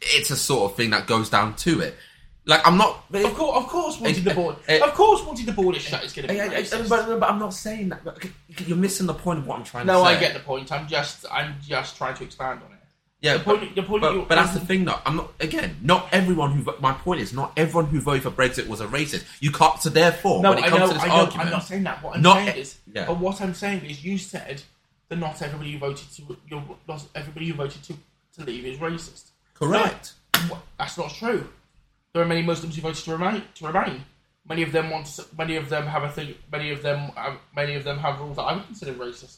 it's a sort of thing that goes down to it. Like I'm not.
Of course, of course, wanting the board,
eh, eh,
of course, wanting the borders shut is going to
I-
be
I- I-
racist.
but, but I'm not saying that. but You're missing the point of what I'm trying
no,
to say.
I get the point. I'm just, I'm just trying to expand on it.
Yeah,
The point- the point
but,
of your-
but that's the thing, though. I'm not again. Not everyone who. vo- My point is, not everyone who voted for Brexit was a racist. You can't. So therefore,
No,
when it
I
comes
know,
to this
I know,
argument,
I'm not saying that. What I'm
Not
saying
e-
is,
yeah.
but what I'm saying is, you said that not everybody who voted to, you're, not everybody who voted to, to leave is racist.
correct.
Wha- That's not true. There are many Muslims who voted to remain. To remain. Many of them want. To, many of them have a thing. Many of them. Have, many of them have rules that I would consider racist.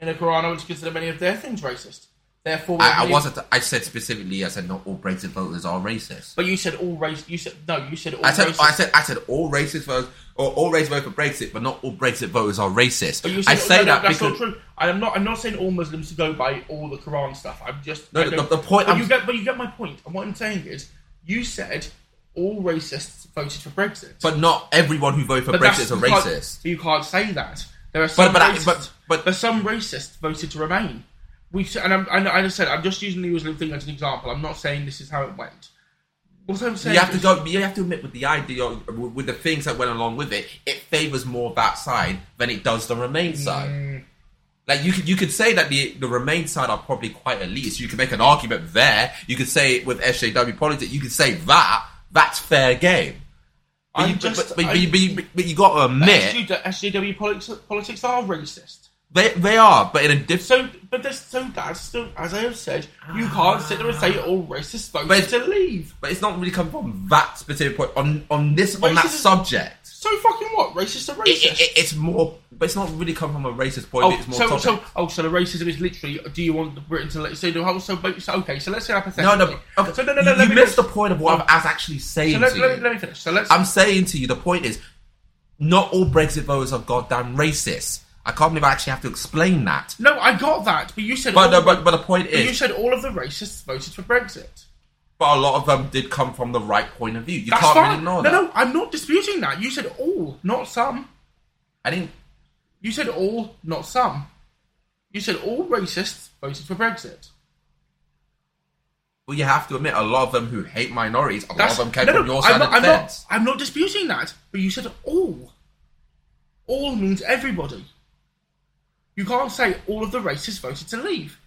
In the Quran, I would consider many of their things racist. Therefore,
I, I
many-
wasn't. I said specifically. I said not all Brexit voters are racist.
But you said all race. You said no. You said all.
I said.
racist.
I said. I said all racist voters or all race vote for Brexit, but not all Brexit voters are racist.
But you
I
said,
say
no, no,
that
that's
because
not true. I'm not. I'm not saying all Muslims to go by all the Quran stuff. I'm just.
No,
I
the-
don't-
the point
But
I'm-
you get. But you get my point. And what I'm saying is, you said all racists voted for Brexit.
but not everyone who voted for
But
Brexit
that's-
is a
you can't-
racist.
You can't say that. There are some
but I-
racists,
but- but-
there's some racists voted to remain. We and I'm, and I just said I'm just using the Muslim thing as an example. I'm not saying this is how it went. What I'm saying
You have to
is-
go. You have to admit with the idea, with the things that went along with it, it favors more that side than it does the
Mm.
Remain side. Like you could, you could say that the the Remain side are probably quite elite. So you could make an argument there. You could say with SJW politics, you could say that that's fair game. But
I'm
you,
just-
but, but,
I-
but, you- but, but you got to admit
SJW, SJW politics, politics are racist.
they they are, but in a different.
So, but there's so that's still as I have said, you can't sit there and say "Oh, all racists voted
But-
to leave.
But it's not really coming from that specific point on on this on that
Racism-
subject.
So fucking what? Racists are
It,
racist.
it, it, it's more, but it's not really coming from a racist point. of
Oh,
view, it's more
so,
topic.
so, oh, so the racism is literally. Do you want Britain to let? So, the whole, so, so, okay. So let's say
No,
hypothetically.
no, okay.
So, no, no, no.
you,
let
you
me
missed the
finish.
point of what
Oh.
I was actually saying
So let,
to
let,
you.
me, let me finish. So let's.
I'm saying to you, the point is, not all Brexit voters are goddamn racist. I can't believe I actually have to explain that.
no, I got that, but you said.
But
all,
no, but, but the point
but you
is,
said all of the racists voted for Brexit.
but a lot of them did come from the right point of view. You
That's
can't
fine.
really
no,
ignore that.
no, I'm not disputing that. You said all, not some.
I didn't.
You said all, not some. You said all racists voted for Brexit.
Well, you have to admit, a lot of them who hate minorities, a lot of
That's
them came
no, no,
from your side
I'm
of
not,
the
I'm
fence.
not. I'm not disputing that, but you said all. All means everybody. You can't say all of the racists voted to leave.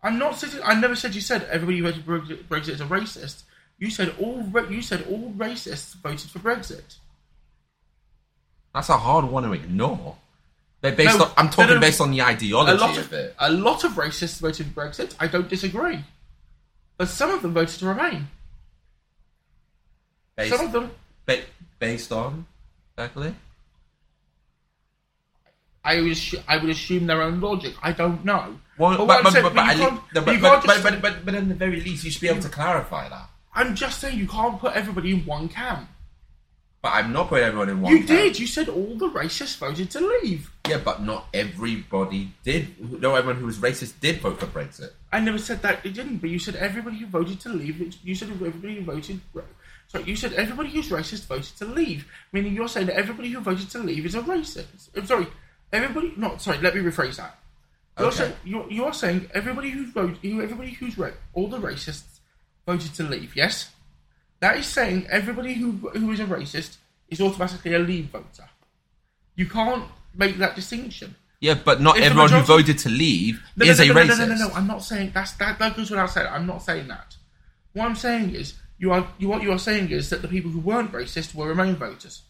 I'm not. sitting- I never said you said everybody who voted for Brexit Brexit is a racist. You said all. ra- You said all racists voted for Brexit.
That's a hard one to ignore. They're based
No,
on, I'm
no,
talking
no.
based on the
A
ideology
lot
of
of
it.
a lot of racists voted for Brexit. I don't disagree, but some of them voted to remain.
Based,
Some of them.
ba- based on, exactly.
I would, assu- I would assume their own logic. I don't know.
Well,
But what I'm
but, but,
saying- but
but, but,
you
at lea-
can't-
no,
but you
but,
can't
but,
just-
but, but, but, but in the very least, you should be able to clarify that.
I'm just saying you can't put everybody in one camp.
But I'm not putting everyone in one.
you
camp.
did. You said all the racists voted to leave.
yeah, but not everybody did. No, everyone who was racist did vote for Brexit.
I never said that it didn't, but you said everybody who voted to leave. You said everybody who voted. Sorry, you said everybody who's racist voted to leave. Meaning you're saying that everybody who voted to leave is a racist. I'm sorry, everybody. Not sorry. Let me rephrase that. You're
Okay.
saying you're, you're saying everybody who's voted, who everybody who's ra- all the racists voted to leave. Yes, that is saying everybody who who is a racist is automatically a leave voter. You can't make that distinction.
Yeah, but not
If the
everyone who
majority-
voted to leave
No,
is
no,
a
no, no,
racist.
No, no, no, no, I'm not saying that's that. That goes without saying. I'm not saying that. What I'm saying is, you are you what you are saying is that the people who weren't racist were Remain voters.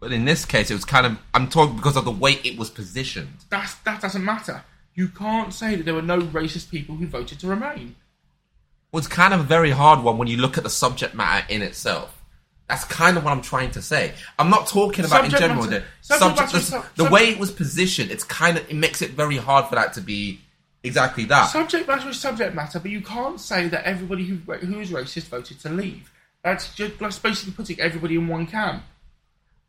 But in this case, it was kind of. I'm talking because of the way it was positioned.
That's that doesn't matter. You can't say that there were no racist people who voted to remain.
It was kind of a very hard one when you look at the subject matter in itself. That's kind of what I'm trying to say. I'm not talking about
Subject
in general
matter-
the
subject
subject.
matter-
the,
sub-
the
sub-
way it was positioned, it's kind of it makes it very hard for that to be exactly that.
Subject matter is subject matter, but you can't say that everybody who who is racist voted to leave. That's just that's basically putting everybody in one camp.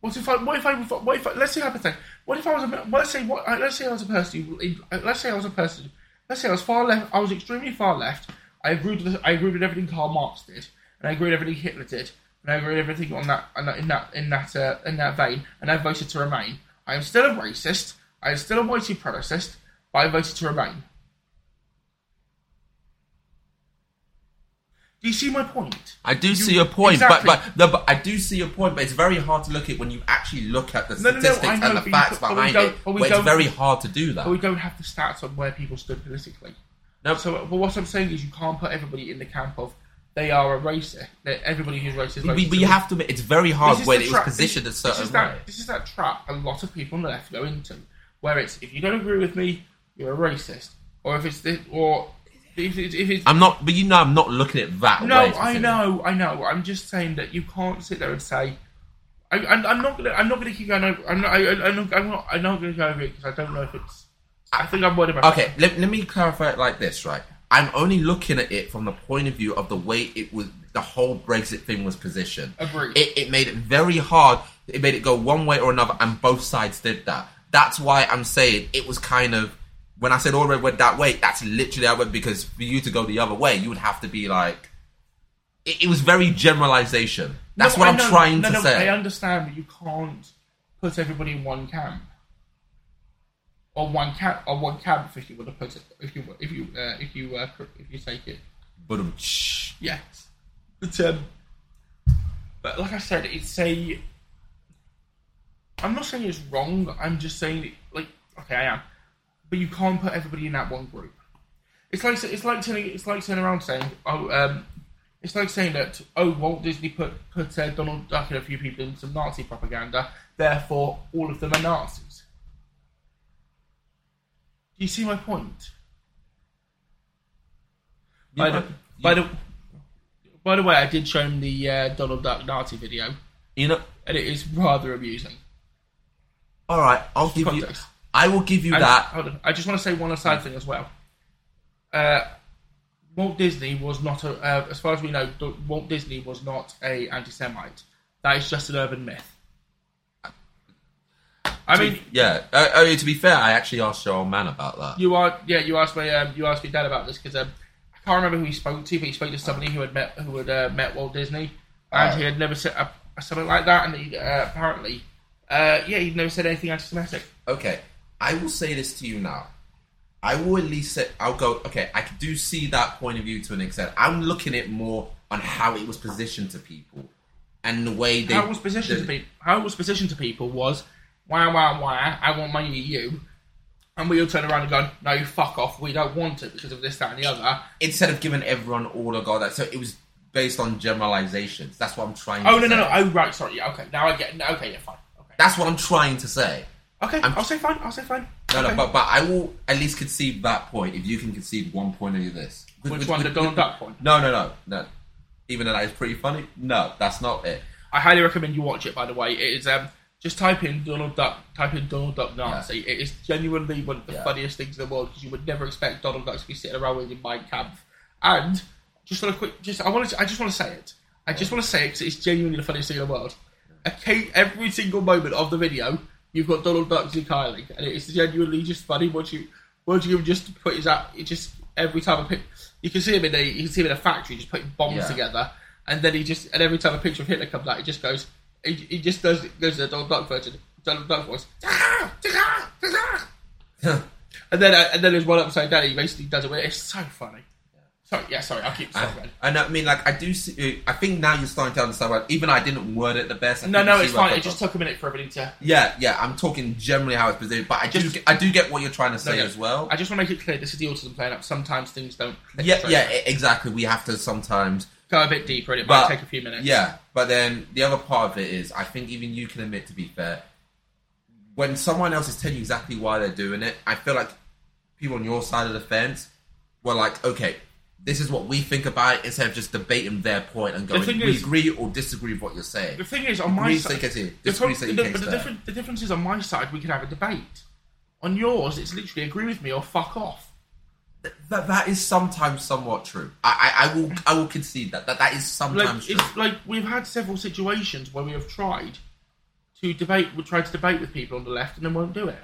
What if I? What if I? What if I? Let's say hypothetically. What if I was a? well, Let's say what? uh, Let's say I was a person. Who, uh, let's say I was a person. Let's say I was far left. I was extremely far left. I agreed with I agreed with everything Karl Marx did, and I agreed with everything Hitler did, and I agreed with everything on that on that- in that in that uh, in that vein. And I voted to remain. I am still a racist. I am still a white supremacist, but I voted to remain. Do you see my point?
I do
You-
see your point,
Exactly.
but but, the, but I do see your point, but it's very hard to look at when you actually look at the
No, no, no,
statistics
I know,
and the
but you
facts
put- but we
behind
don't-
it.
but we
Where it's
don't-
very hard to do that.
But we don't have the stats on where people stood politically.
No.
So, but what I'm saying is, you can't put everybody in the camp of they are a racist. That everybody who's racist.
But,
racist
but you have to admit, it's very hard
is
when
the
it was
trap-
positioned
this-
a
this
certain
is
way.
that, This is that trap a lot of people on the left go into, where it's if you don't agree with me, you're a racist, or if it's this, or if it's, if it's
I'm not, but you know, I'm not looking at that.
no,
way
I
specifically.
know, I know. I'm just saying that you can't sit there and say, I, I'm, I'm not gonna, I'm not gonna keep going over. I'm not, I, I- I'm not, I'm not, I'm not gonna go over it because I don't know if it's. I think I'm worried about.
Okay, let, let me clarify it like this, right? I'm only looking at it from the point of view of the way it was, the whole Brexit thing was positioned.
Agreed.
It, it made it very hard. It made it go one way or another, and both sides did that. That's why I'm saying it was kind of. When I said already went that way, that's literally how it went because for you to go the other way, you would have to be like. It, it was very generalization. That's
No,
what
I
I'm
know-
trying
no,
to
no,
say.
I understand that you can't put everybody in one camp, or one camp, or one camp if you want to put it. If you if you uh, if you uh, if you take it,
But um, shh.
yes. But um, but like I said, it's a. I'm not saying it's wrong. I'm just saying like okay, I am, but you can't put everybody in that one group. It's like it's like turning it's like turning around saying oh um, it's like saying that oh Walt Disney put put uh, Donald Duck and a few people in some Nazi propaganda, therefore all of them are Nazis. Do you see my point?
You
by,
know,
the,
you-
by the by the way, I did show him the uh, Donald Duck Nazi video,
you know,
and it is rather amusing.
all right. I'll give
Context.
you. I will give you
And-
that.
hold on, I just want to say one aside thing as well. Uh, Walt Disney was not a, uh, as far as we know, D- Walt Disney was not a anti-Semite. That is just an urban myth. I mean,
yeah. Uh, I mean, to be fair, I actually asked your old man about that.
you are yeah. You asked my um, you asked me dad about this because um, I can't remember who he spoke to, but he spoke to somebody who had met who had uh, met Walt Disney, and he had never said uh, something like that, and he, uh, apparently, uh, yeah, he'd never said anything anti-Semitic.
Okay, I will say this to you now. I will at least say I'll go. Okay, I do see that point of view to an extent. I'm looking at more on how it was positioned to people and the way they
how it was positioned to
the-
people how it was positioned to people was why why why I want money to you and we all turn around and go, No, fuck off, we don't want it because of this, that and the other.
Instead of giving everyone all of God, that so it was based on generalizations. That's what I'm trying.
Oh
to
no no
say.
no, oh right, sorry, yeah, okay, now I get no, okay, yeah, fine. Okay.
That's what I'm trying to say.
Okay,
I'm-
I'll say fine, I'll say fine.
No,
okay.
no, but but I will at least concede that point. If you can concede one point of this,
Which one, the Donald Duck point?
No, no, no, no. Even though that is pretty funny, no, that's not it.
I highly recommend you watch it by the way. It is um just type in Donald Duck type in Donald Duck Nazi. It is genuinely one of the
Yeah.
funniest things in the world because you would never expect Donald Duck to be sitting around with in Mein Kampf. And just on a quick just I want to I just want to say it. I just want to say it 'cause it's genuinely the funniest thing in the world. Okay, every single moment of the video, you've got Donald Duck Kylie, and it is genuinely just funny once you once you just put his out it just every time a pic you can see him in a you can see him in a factory just putting bombs
Yeah.
together together, and then he just and every time a picture of Hitler comes out, he just goes, he, he just does goes to the Donald Duck version, Donald Duck voice, [laughs] and then uh, and then there's one upside down. He basically does it. With, it's so funny. Sorry, yeah, sorry, I'll keep. Sorry, man.
And I mean, like, I do see. I think now you're starting to understand why. Even I didn't word it the best. I
no,
think
no,
you
it's
see where
fine.
I'm
It just
coming
took a minute for everybody to.
from. yeah, yeah. I'm talking generally how it's presented, but I do,
Just-
get, I do get what you're trying to say
no.
as well.
I just want to make it clear. This is the autism playing up. Sometimes things don't. click
yeah,
straight
yeah,
away.
e- exactly. We have to sometimes.
Go a bit deeper, and it
But
might take a few minutes.
Yeah, but then the other part of it is, I think even you can admit, to be fair, when someone else is telling you exactly why they're doing it, I feel like people on your side of the fence were like, okay, this is what we think about it, instead of just debating their point and going,
thing
we
is-
agree or disagree with what you're saying.
The thing is, on my
Agree,
side,
take it in.
the,
Disagree,
prob-
take your
the-
case
but the,
there.
different, the difference is, on my side, we could have a debate. On yours, it's literally agree with me or fuck off.
that, that is sometimes somewhat true. I, I, I will I will concede that. That that is
Like
sometimes true.
it's like we've had several situations where we have tried to debate, we tried to debate with people on the left and then won't do it.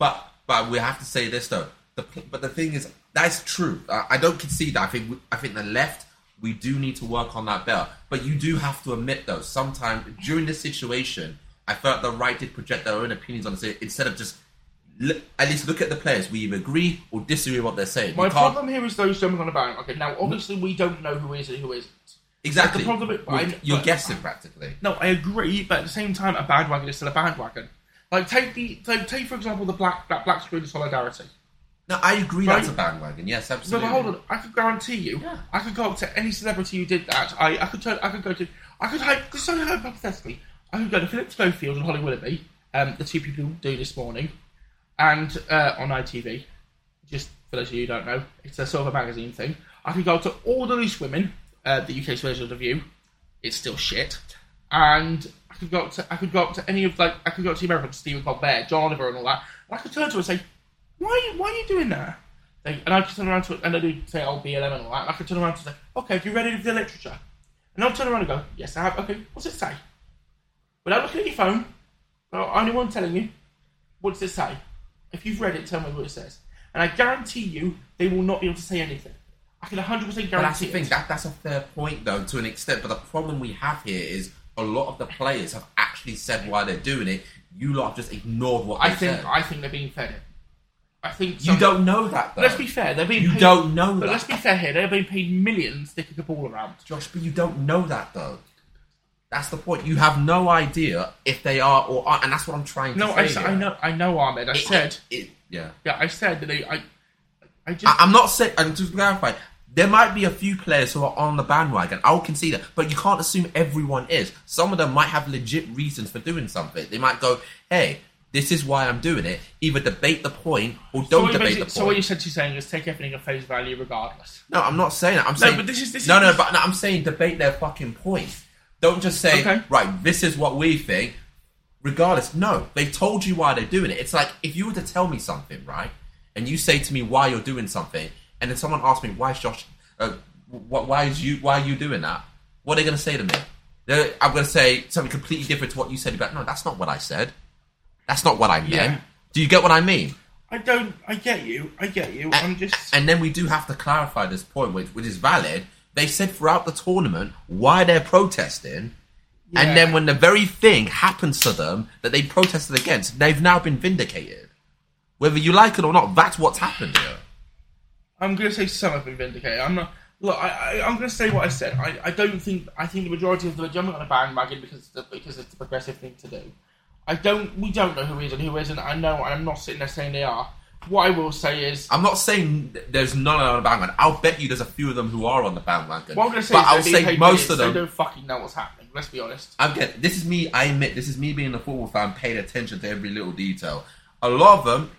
But but we have to say this though. The, pl- but the thing is, that's true. I, I don't concede that. I think we, I think the left we do need to work on that better. But you do have to admit though, sometimes during this situation, I felt the right did project their own opinions on it instead of just l- at least look at the players. We either agree or disagree with what they're saying.
My
You can't-
problem here is those jumping on about. Okay, now obviously we don't know who is and who isn't.
exactly.
the problem is-
You're-
I-
you're
but-
guessing practically.
No, I agree, but at the same time, a bandwagon is still a bandwagon. Like take the like, take for example the black black, black screen of solidarity.
No, I agree.
Right.
That's a bandwagon. Yes,
No,
absolutely.
but hold on, I could guarantee you, I could go up to any celebrity who did that. I, I could turn, I could go to, I could hype, just so hypothetically, I could go to Philip Schofield and Holly Willoughby, um, the two people who do this morning, and uh, on ITV. Just for those of you who don't know, it's a sort of a magazine thing. I could go to all the loose women, uh, the UK's version of the View. It's still shit, and I could go up to, I could go up to any of like, I could go up to the Americans, Stephen Colbert, John Oliver, and all that. And I could turn to her and say, "Why, are you, why are you doing that?" They, and I could turn around to it, and I do say, "Oh, BLM," and all that. And I could turn around to say, "Okay, have you read any of the literature?" And I'll turn around and go, "Yes, I have." Okay, what's it say? Without looking at your phone, without anyone telling you, what does it say? If you've read it, tell me what it says. And I guarantee you, they will not be able to say anything. I can 100%
But that's
guarantee
the
it.
thing. That that's a fair point, though, to an extent. But the problem we have here is a lot of the players have actually said why they're doing it. You lot have just ignored what
I
they
think
said.
I think they're being fed it. I think
you don't know that, though.
Let's be fair. They're being
You
paid,
don't know
But
that.
let's be fair here. They're being paid millions to kick a ball around.
Josh, but you don't know that, though. That's the point. You have no idea if they are or aren't, and that's what I'm trying to
No,
say.
I, s- I
here.
know. I know, Ahmed. I
It-
said.
it- yeah.
Yeah, I said that they. I, I just.
I, I'm not saying. And to clarify, there might be a few players who are on the bandwagon. I'll concede that, but you can't assume everyone is. Some of them might have legit reasons for doing something. They might go, "Hey, this is why I'm doing it." Either debate the point or
So
don't
what you
debate
basi-
the
So what
point.
you said she's saying is take everything at face value regardless.
no, I'm not saying that. I'm saying
but this is- this
no,
is-
no. But no, I'm saying debate their fucking point. Don't just say,
Okay.
"Right, this is what we think." Regardless, no, they told you why they're doing it. It's like if you were to tell me something, right, and you say to me why you're doing something, and then someone asks me why is Josh, uh, wh- why is you, why are you doing that? What are they going to say to me? They're, I'm going to say something completely different to what you said. About no, that's not what I said. That's not what I meant.
Yeah.
Do you get what I mean?
I don't. I get you. I get you. I'm just.
And then we do have to clarify this point, which, which is valid. They said throughout the tournament why they're protesting,
Yeah.
and then when the very thing happens to them that they protested against, they've now been vindicated. Whether you like it or not, that's what's happened here.
I'm going to say some have been vindicated. I'm not. Look, I, I, I'm going to say what I said. I, I don't think. I think the majority of them are jumping on a bandwagon because it's the, because it's the progressive thing to do. I don't. We don't know who is and who isn't. I know, and I'm not sitting there saying they are. What I will say is,
I'm not saying th- there's none on the bandwagon. I'll bet you there's a few of them who are on the bandwagon.
what I'm going to say
but
is,
I'll
they're being
say
paid
most
millions,
of them.
They don't fucking know what's happening. Let's be honest.
I'm getting this is me. I admit this is me being a football fan, paying attention to every little detail. A lot of them,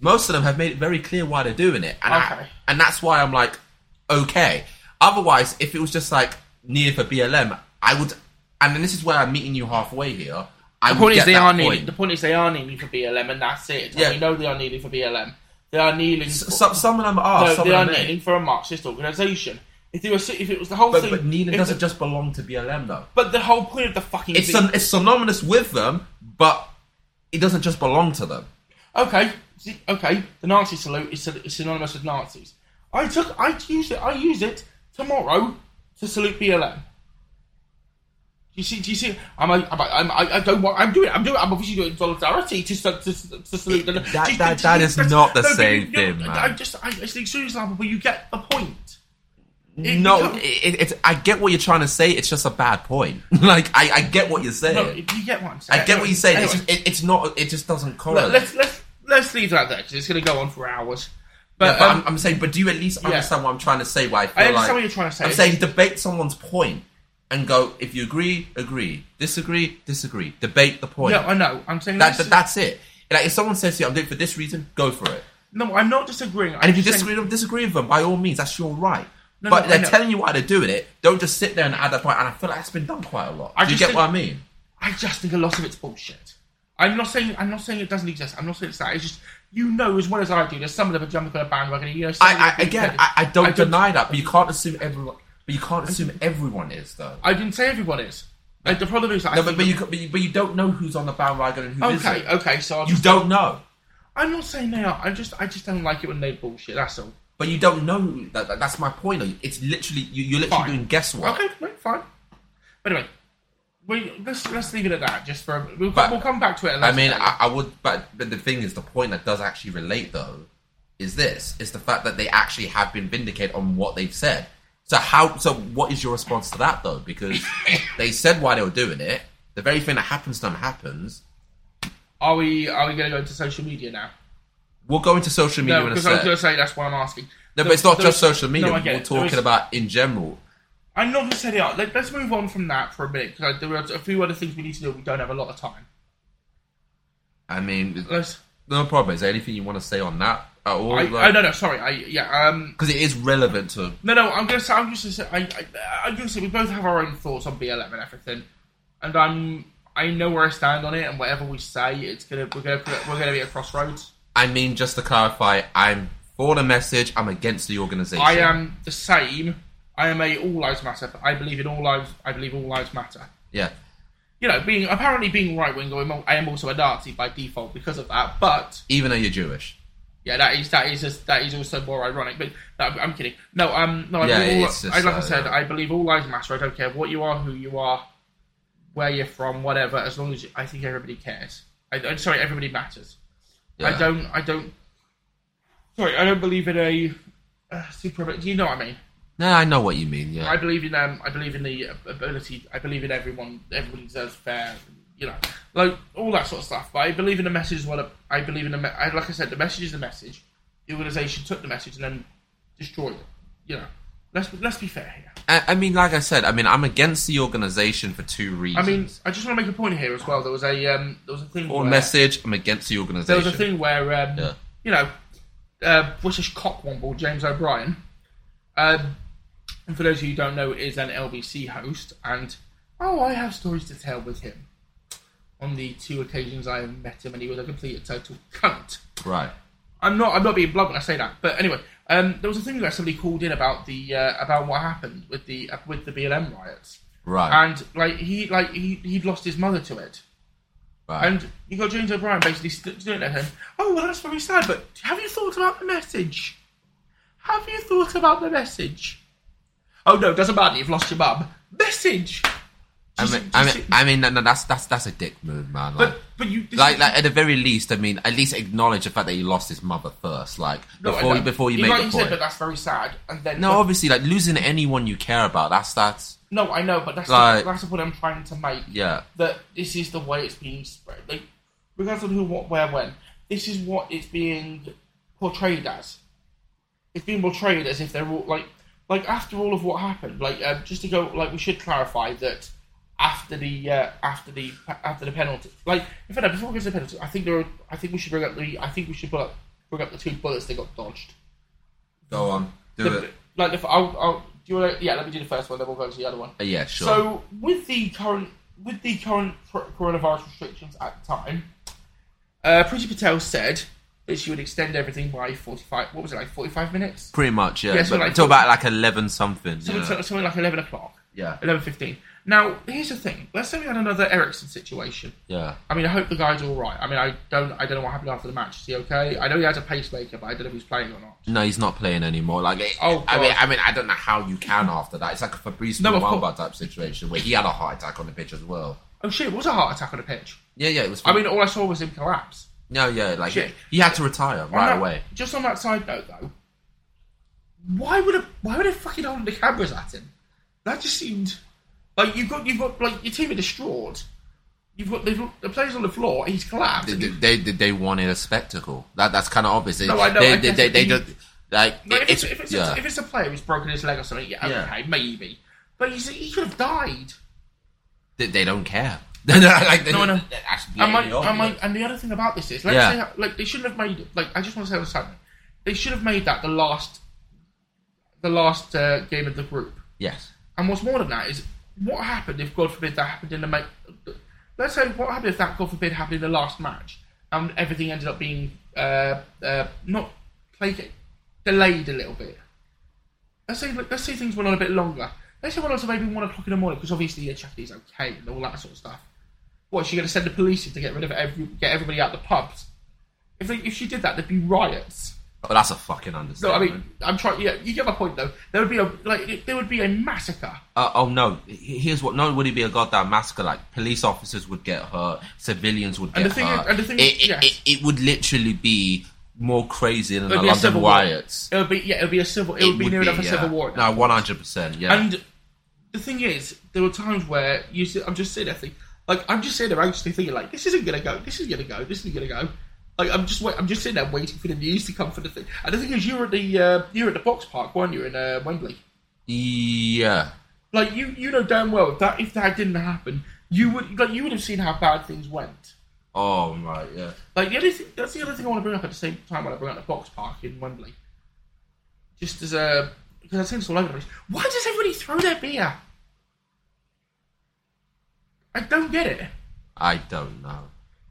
most of them, have made it very clear why they're doing it, and I-
Okay.
and that's why I'm like, okay. Otherwise, if it was just like needed for BLM, I would. And then this is where I'm meeting you halfway here.
The
I would
point is
get
they
that
are
point.
kneeling. The point is they are kneeling for BLM, and that's it. And
Yeah.
we know they are kneeling for BLM. They are kneeling. for-
some, some of them are.
no,
some
they
of
are
them ain't.
kneeling for a Marxist organisation. If, they were, si- if it was the whole
But,
thing,
but kneeling
if
doesn't
the-
just belong to BLM though.
But the whole point of the fucking
It's
thing.
syn- it's synonymous with them, but it doesn't just belong to them.
okay, see, okay. The Nazi salute is, syn- is synonymous with Nazis. I took, I use it, I use it tomorrow to salute BLM. Do you see? Do you see? I'm, I'm, I'm, I I don't want. I'm doing. I'm doing. I'm obviously doing solidarity to to, to, to salute. the,
That-
do you- do you-
that-
do
that
you-
is
that's-
not the
but
same
you- you-
thing,
I
man.
just, I, it's an extreme example, but you get the point. It
No,
becomes-
it, it, it's, I get what you're trying to say. It's just a bad point. [laughs] like I, I get what you're saying.
no, you get what I'm saying.
I get what you're saying.
Anyway.
It's, just, it, it's not. It just doesn't correlate.
Let- let's let's let's leave that there because it's going to go on for hours.
but
But, um,
I'm, I'm saying, but do you at least understand what I'm trying to say? Why I, feel
I understand
like-
what you're trying to say.
I'm saying debate someone's point and go. If you agree, agree. Disagree, disagree. Debate the point.
yeah, I know. I'm saying
that,
this is-
that, that's it. Like if someone says to you, "I'm doing it for this reason," go for it.
no. I'm not disagreeing. I'm
And if you
just
disagree
saying,
with them, disagree with them by all means. That's your right.
No,
but
no, I
they're
know.
telling you why they're doing it. Don't just sit there and add that point. And I feel like that's been done quite a lot.
I
Do you
just
get
think-
what I mean?
I just think a lot of it's bullshit. I'm not saying I'm not saying it doesn't exist. I'm not saying it's that. It's just you know as well as I do. There's some that are jumping on a bandwagon. And you know, some of them
I,
are
I
being
again,
petty.
I, I don't
I don't-
deny that, but you can't assume everyone. But you can't assume everyone is though.
I didn't say everyone is. Like, the problem is that
No,
I think
but, but you but you, but you don't know who's on the bandwagon and who
okay,
not
okay. So I'll
You
just,
don't know,
I'm not saying they are. I just I just don't like it when they bullshit. That's all.
but you don't know. That, that- that's my point. though. It's literally you, you're literally
Fine.
doing guesswork.
Okay, no, fine. But anyway, we, let's let's leave it at that. Just for a, we'll, come-
But-
we'll come back to it. at a
I
later
mean,
date.
I, I would, but but the thing is, the point that does actually relate though is this: is the fact that they actually have been vindicated on what they've said. So how? So what is your response to that though?
[laughs]
Because they said why they were doing it. The very thing that happens to them happens.
are we are we going to go into social media now?
We'll go into social media
No,
in a
because I was
sec.
going to say that's why I'm asking.
No, but it's not just social media.
No, I get
We're
it. There
talking
is-
about in general.
I'm not going to say they are. Let, let's move on from that for a minute because there are a few other things we need to do. We don't have a lot of time.
I mean,
Let's.
no problem. Is there anything you want to say on that at all?
I,
Like-
I no no sorry. I yeah um
because it is relevant to.
no no I'm going to say I'm just going to say I, I I'm going to say we both have our own thoughts on BLM and everything, and I'm I know where I stand on it and whatever we say it's gonna we're gonna put- we're gonna be at crossroads.
I mean, just to clarify, I'm for the message. I'm against the organization.
I am the same. I am a all lives matter. I believe in all lives. I believe all lives matter.
Yeah.
You know, being apparently being right wing, I am also a Nazi by default because of that. But
Even though you're Jewish.
yeah, that is that is just, that is also more ironic. But no, I'm- I'm kidding. No, um, no. I
Yeah,
believe all,
it's just,
I, like I
uh,
said,
yeah.
I believe all lives matter. I don't care what you are, who you are, where you're from, whatever. As long as you, I think everybody cares. I, I'm sorry, everybody matters. I
Yeah.
don't. I don't. Sorry, I don't believe in a uh, super. Do you know what I mean?
No, I know what you mean. Yeah.
I believe in um, I believe in the ability. I believe in everyone. Everybody deserves fair. You know, like all that sort of stuff. But I believe in the message. is What a- I believe in the me- I, like I said, the message is the message. The organization took the message and then destroyed it. You know, let's let's be fair here.
I, I mean, like I said, I mean, I'm against the organization for two
I
reasons.
mean, I just want to make a point here as well. There was a um, there was a thing.
for
where-
message, I'm against the
There
organization.
was a thing where, um,
Yeah.
you know, uh, British cockwomble James O'Brien, um, and for those of you who don't know, is an LBC host, and oh, I have stories to tell with him. On the two occasions I have met him, and he was a complete and total cunt.
Right.
I'm not. I'm not being blunt when I say that. But anyway, um, there was a thing where somebody called in about the uh, about what happened with the uh, with the BLM riots,
Right.
and like he like he he'd lost his mother to it.
right.
And you got James O'Brien basically st- doing that. saying, Oh, well, that's very sad, but have you thought about the message? Have you thought about the message? Oh, no, doesn't matter, you've lost your mum. Message!
I
Just-
mean, I
just-
mean, I mean, no, no, that's that's that's a dick move, man. Like,
but, but you. this
like,
is-
like, at the very least, I mean, at least acknowledge the fact that you lost his mother first, like
no, I
before you
don't.
before you
You're
make
right,
the
you
point.
said, but that's very sad. And then.
no,
but-
obviously, like losing anyone you care about, that's that's
no, I know, but that's,
like-
the, that's the point I'm trying to make.
yeah,
That this is the way it's being spread. Like, regardless of who, what, where, when, this is what it's being portrayed as. it's being portrayed as if they're all like like after all of what happened like um, just to go like we should clarify that after the uh, after the after the penalty like in fact no, before we get to the penalty I think there are, I think we should bring up the I think we should bring up, bring up the two bullets that got dodged
go on, do
The-
it.
like the, I'll, I'll do you want to, yeah let me do the first one then we'll go to the other one
Uh, yeah, sure.
so with the current with the current pr- coronavirus restrictions at the time, uh, Priti Patel said that she would extend everything by forty five. What was it like forty five minutes?
Pretty much, yeah.
Yeah, so
but
like-
until about like eleven something.
Something,
yeah.
something like eleven o'clock.
Yeah.
eleven fifteen. Now here's the thing. Let's say we had another Ericsson situation.
yeah,
I mean, I hope the guy's all right. I mean, I don't, I don't know what happened after the match. Is he okay? I know he has a pacemaker, but I don't know if he's playing or not.
no, he's not playing anymore. Like, it,
Oh,
I mean,
God.
I mean, I don't know how you can after that. It's like a Fabrice
No,
no,
of
Mwamba type situation where he had a heart attack on the pitch as well.
Oh shit! It was a heart attack on the pitch.
Yeah, yeah, it was.
I mean, all I saw was him collapse.
no, yeah, like
Shit.
he had to retire
On
right
that-
away.
Just on that side note, though, why would a, why would they fucking hold the cameras at him? That just seemed like you've got you've got like your team are distraught. You've got they've, got- the players on the floor. He's collapsed.
they, they, they, they wanted a spectacle. That that's kind of obvious. They,
No, I know,
They,
I
they,
guess
they,
it-
they
you-
just like
No, if,
it-
it's, if, it's
yeah.
a, if it's a player who's broken his leg or something, yeah,
Yeah.
okay, maybe. But he's, he could have died.
they, they don't care. [laughs] like, they,
No, no.
they're actually
And, my,
blatantly
and, my,
obvious.
and the other thing about this is, let's
Yeah.
say, like, they shouldn't have made, like, I just want to say on something. They should have made that the last the last uh, game of the group.
Yes.
And what's more than that is what happened if, God forbid, that happened in the make. Let's say what happened if that, God forbid, happened in the last match and everything ended up being uh, uh, not played, delayed a little bit. Let's say let's say things went on a bit longer. Let's say went on to maybe one o'clock in the morning because obviously the Japanese okay and all that sort of stuff. What she going to send the police in to get rid of every, get everybody out the pubs? If they, if she did that, there'd be riots.
But that's a fucking
No, I
understatement.
mean, I'm trying. Yeah, you get my point though. There would be a like, there would be a massacre.
uh, oh no! He- Here's what: not would it be a goddamn massacre? Like police officers would get hurt, civilians would get
And the thing is-
hurt.
and the thing
it,
is-
it,
yes.
it, it would literally be more crazy than
It
the
would be a
London
civil war.
riots.
It would be yeah, it would be a civil. It, would be near enough a
yeah.
civil war.
No, one hundred percent. Yeah,
And the thing is, there were times where you. See, I'm just sitting there thinking, like I'm just sitting there anxiously thinking, like this isn't gonna go. This is gonna go. This is gonna go. Like I'm just wait, I'm just sitting there waiting for the news to come for the thing. And the thing is, you were at the uh, you were at the box park, weren't you, in uh, Wembley?
yeah.
Like you you know damn well that if that didn't happen, you would like you would have seen how bad things went.
Oh right, yeah.
Like the other thing, that's the other thing I want to bring up at the same time when I bring up the box park in Wembley. Just as a because I think it's all over the place. Why does everybody throw their beer? I don't get it.
I don't know.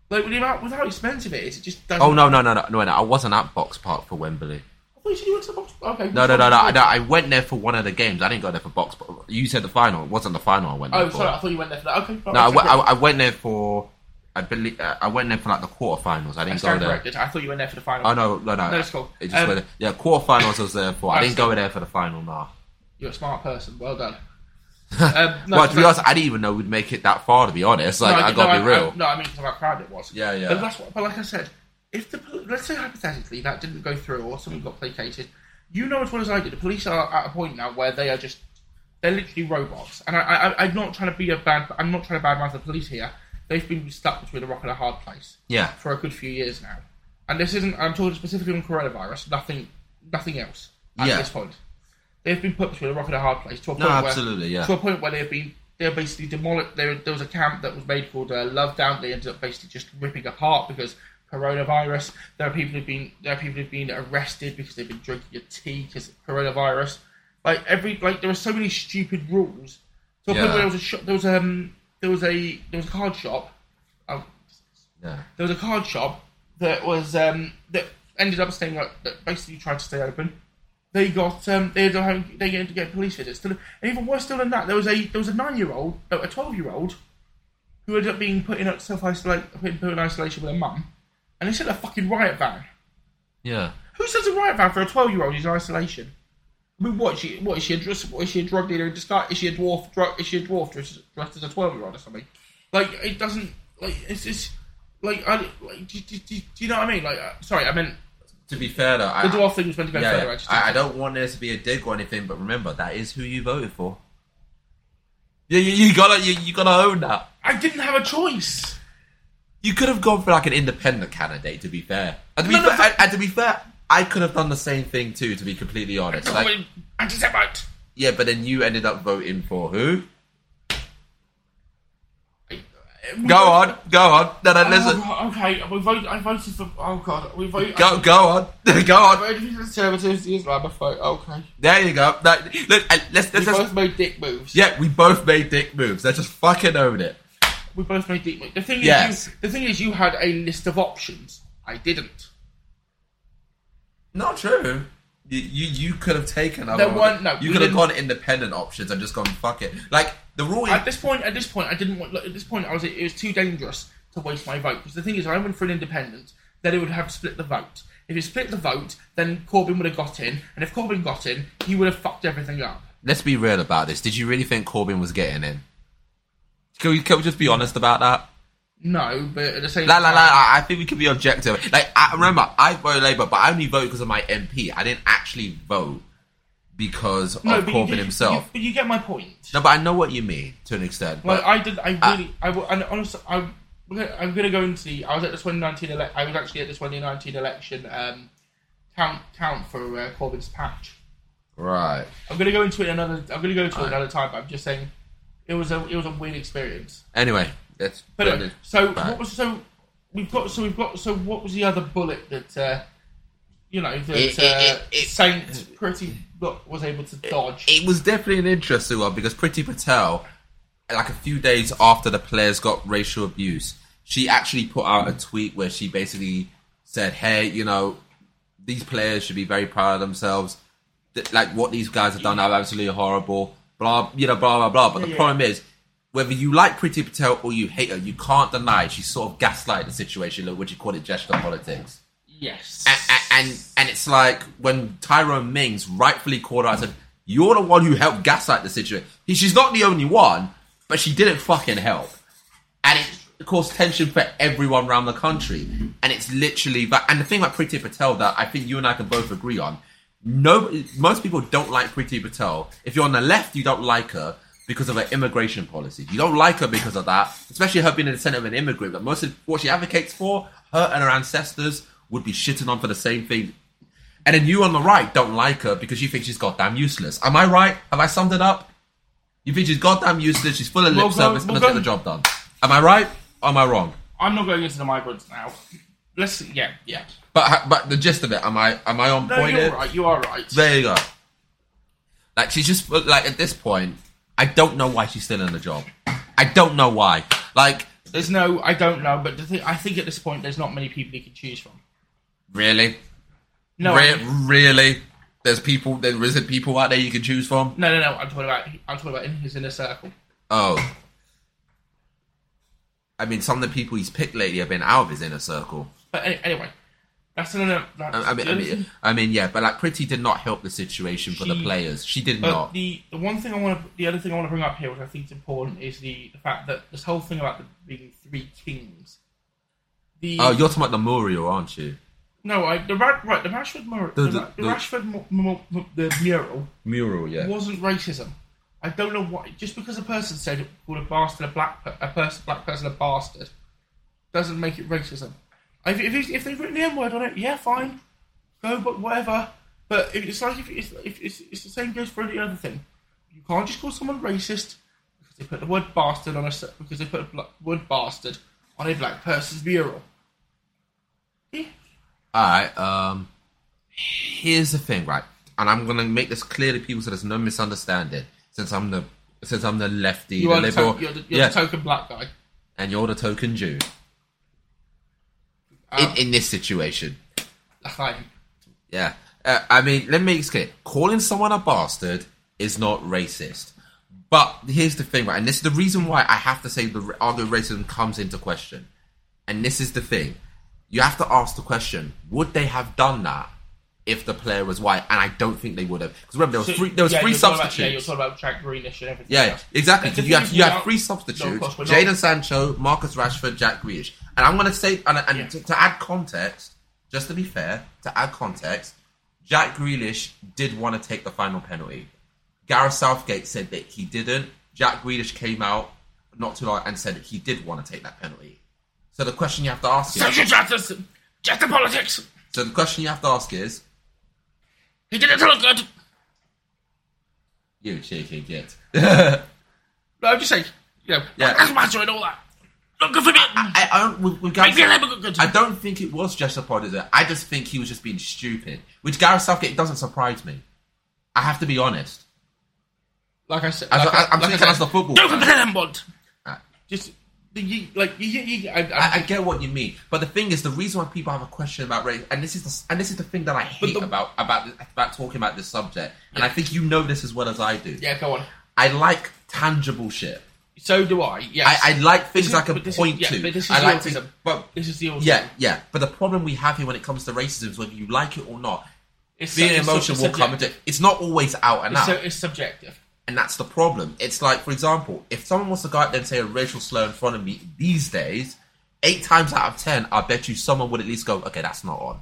Like with, the amount, with how expensive it is, it just doesn't.
Oh no, no, no, no, no, no! I wasn't at Box Park for Wembley.
I thought you said you went to the box. Okay.
No,
which
no,
one
no,
did
no,
you
I-
go?
no. I went there for one of the games. I didn't go there for Box. Park. You said the final. It wasn't the final. I went. There
Oh,
for.
sorry. I thought you went there for that. Okay.
No, I, went- I, I went there for. I believe uh, I went there for like the quarterfinals. I
I
didn't go
stand
there.
corrected. I thought you went there for the final.
Oh no, no, no.
No, it's cool.
It just
Um,
went, yeah, quarterfinals I was there for. I
I
didn't go there for the final. Nah.
You're a smart person. Well done. um, no,
[laughs] well, to be
no.
honest, I didn't even know we'd make it that far. To be honest, like
no,
I,
did-
gotta
no,
be real.
I, no, I mean because of how crowded it was.
Yeah, yeah.
But that's what. But like I said, if the pol- let's say hypothetically that didn't go through or someone got placated, you know as well as I do, the police are at a point now where they are just they're literally robots. And I, I, I'm not trying to be a bad. I'm not trying to badmouth the police here. They've been stuck between a rock and a hard place
yeah,
for a good few years now. And this isn't. I'm talking specifically on coronavirus. Nothing. Nothing else. At
Yeah.
this point, they've been put between a rock and a hard place. To a point
No,
where,
absolutely, yeah.
To a point where they've been. They're basically demolished. There, there was a camp that was made called uh, Love Down. They ended up basically just ripping apart because coronavirus. There are people who've been. There are people who've been arrested because they've been drinking your tea because of coronavirus. Like every. Like there are so many stupid rules. To a
Yeah.
point where there was a shop. There was um. There was a. There was a card shop. Um,
yeah.
there was a card shop that was um, that ended up staying o- that basically tried to stay open. They got um, they ended up having, they ended up getting police visits. Still, and even worse still than that, there was a there was a nine year old, a twelve year old, who ended up being put in self isolate put in put in isolation with her mum, and they sent a fucking riot van.
Yeah.
Who sends a riot van for a twelve year old who's in isolation? I mean, what is she? What is she? A, dress- what is she a drug dealer in disguise? Is she a dwarf? Drug, is she a dwarf dressed, dressed as a twelve year old or something? Like it doesn't. Like it's just like I like. Do, do, do, do you know what I mean? Like uh, sorry, I meant
To be fair though, I,
the dwarf thing was meant to go
Ah. yeah,
further.
yeah.
I just
I, I don't want there to be a dig or anything, but remember that is who you voted for. You, you, you gotta you, you gotta own that.
I didn't have a choice.
You could have gone for like an independent candidate. To be fair, and to be,
No, no,
fair, and, and to be fair, I could have done the same thing too. To be completely honest, like
Anti-Semite.
yeah, but then you ended up voting for who?
uh,
Go on, go on. No, no, listen.
Oh, okay, we voted. I voted for. Oh god, we voted.
Go, go on, [laughs] go
I
on.
voted for the conservatives, the Islamophobe. Okay,
There you go. No, look, uh, let's,
we
let's, let's-
both made dick moves.
yeah, we both made dick moves. Let's just fucking own it.
We both made deep moves. The thing is,
Yes.
you, the thing is, you had a list of options. I didn't.
Not true. You, you, you could have taken.
There
other-
weren't- no,
you
we
could have
didn't-
gone independent options and just gone fuck it. Like the rule is
At this point, at this point, I didn't want. Look, at this point, I was. It was too dangerous to waste my vote because the thing is, I went for an independent. Then it would have split the vote. If it split the vote, then Corbyn would have got in, and if Corbyn got in, he would have fucked everything up.
let's be real about this. Did you really think Corbyn was getting in? Can we, can we just be honest about that?
No, but at the same
La
time,
la la! I I think we can be objective. Like I remember, I voted Labour, but I only voted because of my MP. I didn't actually vote because of
no, but you
Corbyn
get-
himself.
you- but you get my point.
no, but I know what you mean to an extent.
Like
but
I did, I really, I, wa- and honestly, I, I'm gonna go into the. I was at the 2019 election. I was actually at the 2019 election um, count count for uh, Corbyn's patch.
right,
I'm gonna go into it another. I'm gonna go into it another time. But I'm just saying, it was a it was a weird experience.
Anyway, that's
But
that
anyway,
is
so
bad.
what was so we've got so we've got so what was the other bullet that uh, you know, that
It- it-
uh,
it- it-
Saint pretty look, was able to dodge.
It was definitely an interesting one because Pretty Patel, like a few days after the players got racial abuse, she actually put out a tweet where she basically said, "Hey, you know, these players should be very proud of themselves. Th- Like what these guys have done are absolutely horrible. Blah, you know, blah blah blah." But the
Yeah.
problem is. Whether you like Pretty Patel or you hate her, you can't deny she sort of gaslighted the situation, like what you call it gesture politics
yes.
and, and and it's like when Tyrone Mings rightfully called out and said, "You're the one who helped gaslight the situation." He- She's not the only one, but she didn't fucking help, and it caused tension for everyone around the country. And it's literally that. And the thing about Priti Patel that I think you and I can both agree on: no, most people don't like Priti Patel. If you're on the left, you don't like her. Because of her immigration policy, you don't like her because of that, especially her being a descendant of an immigrant. But most of what she advocates for, her and her ancestors, would be shitting on for the same thing. And then you on the right don't like her because you think she's goddamn useless. Am I right? Have I summed it up? You think she's goddamn useless, she's full of
Well,
lip
go-
service, and
well,
let's get
go-
the job done. Am I right? Or am I wrong?
I'm not going into the migrants now. Let's yeah, yeah.
But but the gist of it, am I am I on
No,
point?
you're
here?
right. You are right.
There you go. Like she's just like at this point, I don't know why she's still in the job. I don't know why. Like
There's no, I don't know, but the thing, I think at this point there's not many people you can choose from.
really,
No,
Re-
I-
really, there's people there isn't people out there you can choose from.
no, no, no. I'm talking about, I'm talking about in his inner circle.
Oh. I mean, some of the people he's picked lately have been out of his inner circle.
But any, anyway, that's another. That's
I, I mean, I mean, I mean, yeah, but like, Pretty did not help the situation for the
She-
players. She did
But
not.
the, the one thing I want to, the other thing I want to bring up here, which I think is important, is the, the fact that this whole thing about the being three kings. The
Oh, you're talking about the Muriel, aren't you?
no, I, the Ra- right, the Rashford mural, the,
The-
Ra- the
the-
Rashford mu- mu- mu- the mural
Mural, yeah.
wasn't racism. I don't know why. Just because a person said called a bastard a black per- a person black person a bastard doesn't make it racism. If if, it's- if they've written the N word on it, yeah, fine, go, but whatever. But if it's like if it's, if it's, it's the same goes for the other thing. You can't just call someone racist because they put the word bastard on a s- because they put a bla- word bastard on a black person's mural. Eh,
All right. Um, here's the thing, right? And I'm gonna make this clear to people so there's no misunderstanding. Since I'm the since I'm the lefty,
You
the
are the
liberal,
to- you're, the, you're
yeah,
the token black guy.
and you're the token Jew
Um,
in, in this situation.
that's like,
Yeah. Uh, I mean, let me explain. Calling someone a bastard is not racist. But here's the thing, right? And this is the reason why I have to say the argue racism comes into question. And this is the thing. You have to ask the question, would they have done that if the player was white? And I don't think they would have. Because remember, there was
So-
three, there was
yeah,
three
you're talking about-
substitutes.
yeah, you're talking about Jack Greenish and everything.
Yeah,
else.
exactly.
That's the
You have
thing,
you
we
have
are-
three
No, of
substitutes:
course, we're not-
Jaden Sancho, Marcus Rashford, Jack Grealish. And I'm going to say, and, and
Yeah.
to, to add context, just to be fair, to add context, Jack Grealish did want to take the final penalty. Gareth Southgate said that he didn't. Jack Grealish came out not too long and said that he did want to take that penalty. So the question you have to ask is:
Social justice, just the politics.
So the question you have to ask is,
He didn't look good.
you cheeky git.
No, I'm just saying, you know,
Yeah.
that's matter and all that. Not good for me.
I, I don't. With, with
Make me a
Gareth-
Labour good.
I don't think it was just a partisan. I just think he was just being stupid. Which Gareth Southgate doesn't surprise me. I have to be honest.
Like I said,
As,
like
I, I'm
like
thinking
I
as the
said,
football.
Don't
fan.
compare them, bond.
Ah.
Just the you, like you, you, you, I, I,
I, I get what you mean, but the thing is, the reason why people have a question about race, and this is the, and this is the thing that I hate
the-
about about about talking about this subject, and I think you know this as well as I do.
yeah, go on.
I like tangible shit.
So do I. Yes.
I, I like things
This is-
I can
but this is-
point
yeah,
to.
but this is
I like
autism.
things, but
this is the autism.
yeah, yeah. But the problem we have here when it comes to racism is whether you like it or not,
It's
being
sub- it's
emotion
sub-
will come into it's not always out and
It's,
out
so, it's subjective.
and that's the problem it's like for example if someone wants to go out there and say a racial slur in front of me these days eight times out of ten i bet you someone would at least go okay that's not on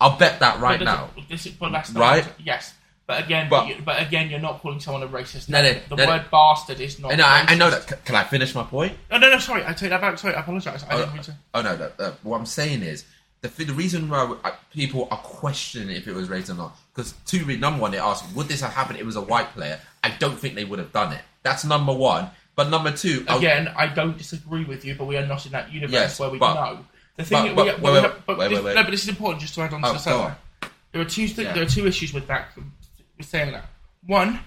i'll bet that right
But
now
that's- This is, but that's not
Right?
Yes. But again,
But-
but, you, but again, you're not calling someone a racist.
No, no,
the
no, no.
word bastard is not.
and I, I know
racist.
that C- can i finish my point
Oh, no, no, sorry. I take that back. Sorry, I apologise. I didn't mean to.
Oh no, no, no. what I'm saying is the th- the reason why uh, people are questioning if it was race or not because two re- number one they asked would this have happened if it was a white player I don't think they would have done it that's number one but number two I-
Again, I don't disagree with you, but we are not in that universe
oh. Yes,
where we
but-
know. The thing
but-
that we, but,
but-
we
wait,
have,
wait,
but
wait,
this,
wait, wait.
no, but this is important just to add on to
Oh,
the
go
subject. There are two th-
Yeah.
there are two issues with that. With saying that, one,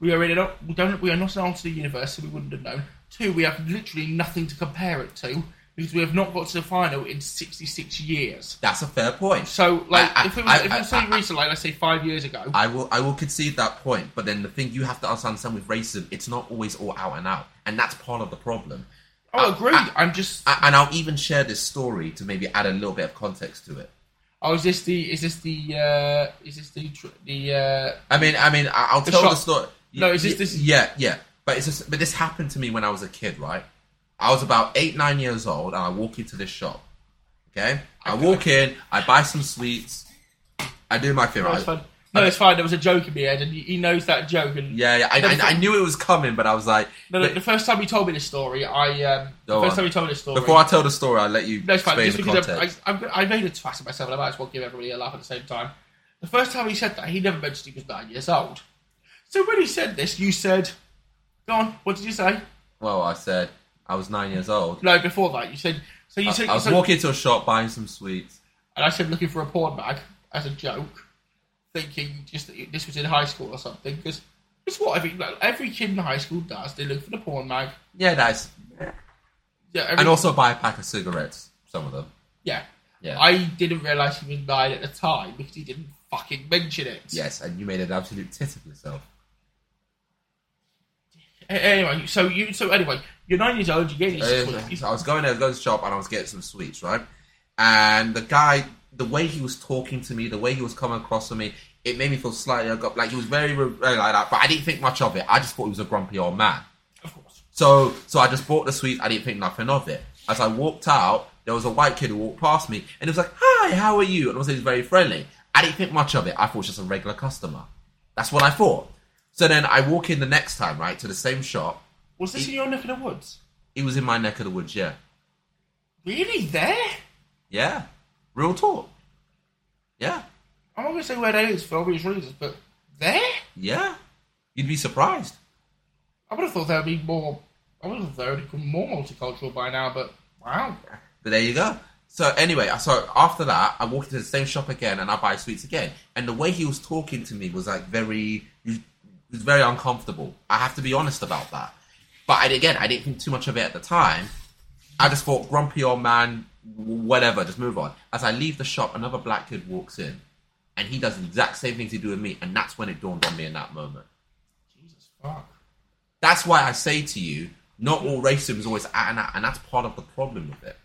we are really not we don't we are not an alternate universe, so we wouldn't have known. Two, we have literally nothing to compare it to because we have not got to the final in sixty six years.
That's a fair point.
So, like,
I- I-
if it was,
I-
if it was
I-
something
I-
recent, like let's say five years ago,
I will I will concede that point, but then the thing you have to understand with racism, it's not always all out and out, and that's part of the problem.
oh, agreed.
I-
I'm just
A- And I'll even share this story to maybe add a little bit of context to it.
Oh, is this the is this the uh, is this the tr- the uh,
I mean, I mean, I- I'll
The
tell
shot-
the story.
No, it's just
Y-
this-
Yeah, yeah, but it's just, but this happened to me when I was a kid, right? I was about eight, nine years old, and I walk into this shop. Okay, I walk in, I buy some sweets, I do my thing.
no,
right?
it's fine. No, it's fine. There was a joke in my head, and he- he knows that joke. And
Yeah, yeah. I,
No, the
I, I
fir-
knew it was coming, but I was like,
no, no, the first time he told me this story, I um, the
Go
first
on.
time he told me this story.
before I tell the story, I'll let you
no, it's fine.
explain
Just
the
because I, I, I'm,
context.
I made a twat of myself, and I might as well give everybody a laugh at the same time. The first time he said that, he never mentioned he was nine years old. So when he said this, you said, "Go on, what did you say?"
well, I said I was nine years old.
No, before that, you said. So you said,
I was
so-
walking to a shop buying some sweets.
and I said looking for a porn bag as a joke, thinking just that this was in high school or something. Because it's what every like, every kid in high school does. They look for the porn bag.
Yeah, nice.
Yeah, every,
And also buy a pack of cigarettes. Some of them.
yeah.
Yeah.
I didn't realise he was nine at the time because he didn't fucking mention it.
Yes, and you made an absolute tit of yourself.
A- Anyway, so you so anyway, you're nine years old. You get
Uh,
this.
so I was going there, I was going to the shop, and I was getting some sweets, right? And the guy, the way he was talking to me, the way he was coming across to me, it made me feel slightly like, like he was very, very like that. But I didn't think much of it. I just thought he was a grumpy old man.
Of course.
So, so I just bought the sweets. I didn't think nothing of it. As I walked out, there was a white kid who walked past me, and he was like, "Hi, how are you?" And also, he was very friendly. I didn't think much of it. I thought it was just a regular customer. That's what I thought. So then I walk in the next time, right, to the same shop.
Was this in your neck of the woods?
He was in my neck of the woods, yeah.
Really? There?
Yeah. Real talk. Yeah.
I'm not gonna say where that is for obvious reasons, but there?
Yeah. You'd be surprised.
I would have thought there would be more. I would have thought there would have been more multicultural by now, but wow.
But there you go. So anyway, so after that, I walked into the same shop again and I buy sweets again. And the way he was talking to me was like very, it was very uncomfortable. I have to be honest about that. But I, again, I didn't think too much of it at the time. I just thought grumpy old man, whatever, just move on. As I leave the shop, another black kid walks in, and he does the exact same things he do with me. And that's when it dawned on me in that moment.
Jesus fuck.
That's why I say to you, not all racism is always at and at, and that's part of the problem with it.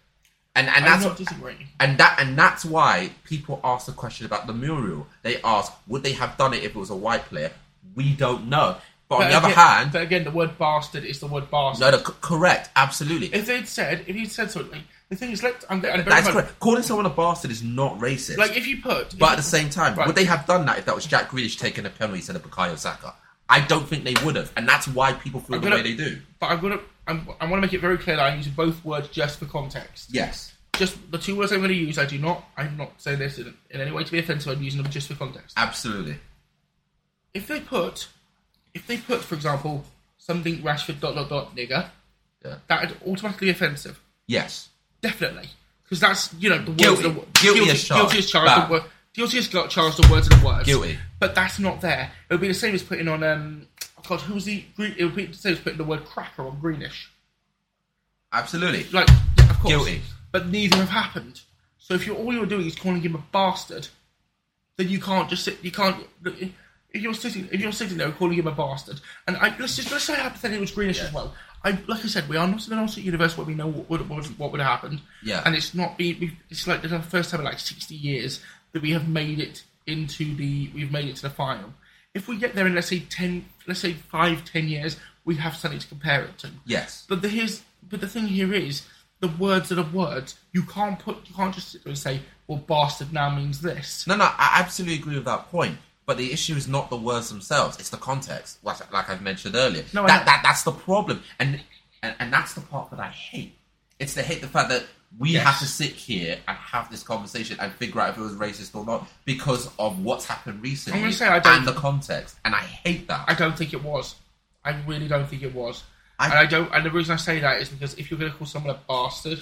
And
I'm
and that's
not disagreeing.
and that and that's why people ask the question about the mural. They ask, would they have done it if it was a white player? We don't know. But, on the other
again,
hand,
but again, the word bastard is the word bastard.
no, no, c- correct, absolutely.
If they'd said, if he'd said something, the thing is, let and, and
That's correct. Calling someone a bastard is not racist.
Like if you put,
but at the same time,
Right.
would they have done that if that was Jack Grealish taking a penalty instead of Bukayo Saka? I don't think they would have, and that's why people feel
I'm
the
gonna-
way they do.
but I'm gonna, I'm, I want to make it very clear that I'm using both words just for context.
Yes.
Just the two words I'm going to use. I do not. I'm not saying this in, in any way to be offensive. I'm using them just for context.
Absolutely.
If they put, if they put, for example, something Rashford dot dot dot nigger,
Yeah.
that is automatically offensive.
Yes.
Definitely, because that's you know the
Guilty.
words. The,
Guilty as charged.
Guilty as charged.
Bad.
The word, guilty as got charged. The words are the words.
Guilty.
But that's not there. It would be the same as putting on um. oh God, who's the? Green- It would be the same as putting the word cracker on greenish.
Absolutely.
Like, yeah, of course.
Guilty.
But neither have happened. So if you're all you're doing is calling him a bastard, then you can't just sit. You can't. If you're sitting, if you're sitting there calling him a bastard, and I, let's just let's say hypothetically it was greenish as well. I like I said, we are not in an alternate universe where we know what would what, what would have happened.
Yeah.
and it's not been. we've- It's like the first time in like sixty years that we have made it into the. We've made it to the final. If we get there in let's say ten, let's say five, ten years, we have something to compare it to.
Yes.
But the here's but the thing here is the words are the words. You can't put you can't just sit there and say, "Well, bastard now means this."
No, no, I absolutely agree with that point. But the issue is not the words themselves; it's the context, like, like I've mentioned earlier.
No, I know.
that, that that's the problem, and, and and that's the part that I hate. It's the hate the fact that we
Yes.
have to sit here and have this conversation and figure out if it was racist or not because of what's happened recently
I'm gonna say I don't-
and the context, and I hate that.
I don't think it was. I really don't think it was.
I-
and I don't. And the reason I say that is because if you're going to call someone a bastard,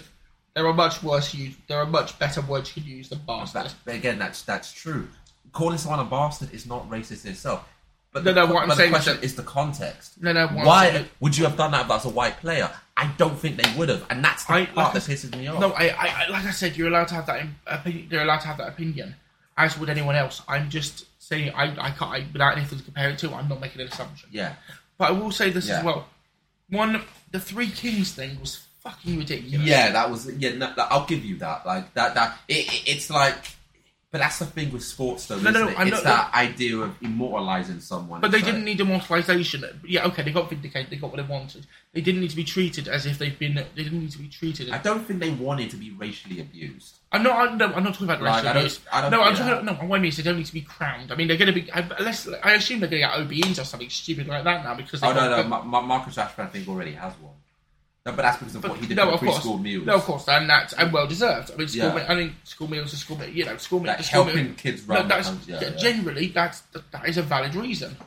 there are much worse. You there are much better words you can use than bastard.
That's, again, that's that's true. calling someone a bastard is not racist in itself. But
No,
the,
no, what I'm
but the
saying is
question is the context.
No, no, what I'm
why
saying-
would you have done that if that's a white player? I don't think they would have, and that's the
I-
part
like
that pisses me off.
No, I, I, I, like I said, you're allowed to have that opinion. You're allowed to have that opinion, as would anyone else. I'm just saying, I, I can't, I, without anything to compare it to, I'm not making an assumption.
yeah,
But I will say this
Yeah.
as well. One, the Three Kings thing was fucking ridiculous.
yeah, that was yeah. No, like, I'll give you that. Like that, that it, it- it's like. But that's the thing with sports, though.
No,
isn't
no,
it?
I'm
it's
not-
that idea of immortalizing someone.
But they
It's like-
didn't e-, need immortalisation. Yeah, okay, they got vindicated. They got what they wanted. They didn't need to be treated as if they've been. They didn't need to be treated.
I
As,
don't think they wanted to be racially abused.
I'm not. I'm, no, I'm not talking about
Like,
racial
I don't-
abuse.
I don't
No, I'm
feel
talking. No, what I mean is they don't need to be crowned. I mean, they're going to be. I- Unless I assume they're going to get OBEs or something stupid like that now because. They
Oh no,
got-
no, Ma- Ma- Marcus Rashford I think already has one. No, but that's because of
but-
what he did
no,
with
of
the
course.
preschool meals.
No, of course, and that's and well deserved. I mean, school
Yeah.
meal- I think school meals are school meal. You know, school meals.
Like
school
helping
meal-
kids
No,
run the
that's
house, yeah, yeah.
generally that's that, that is a valid reason.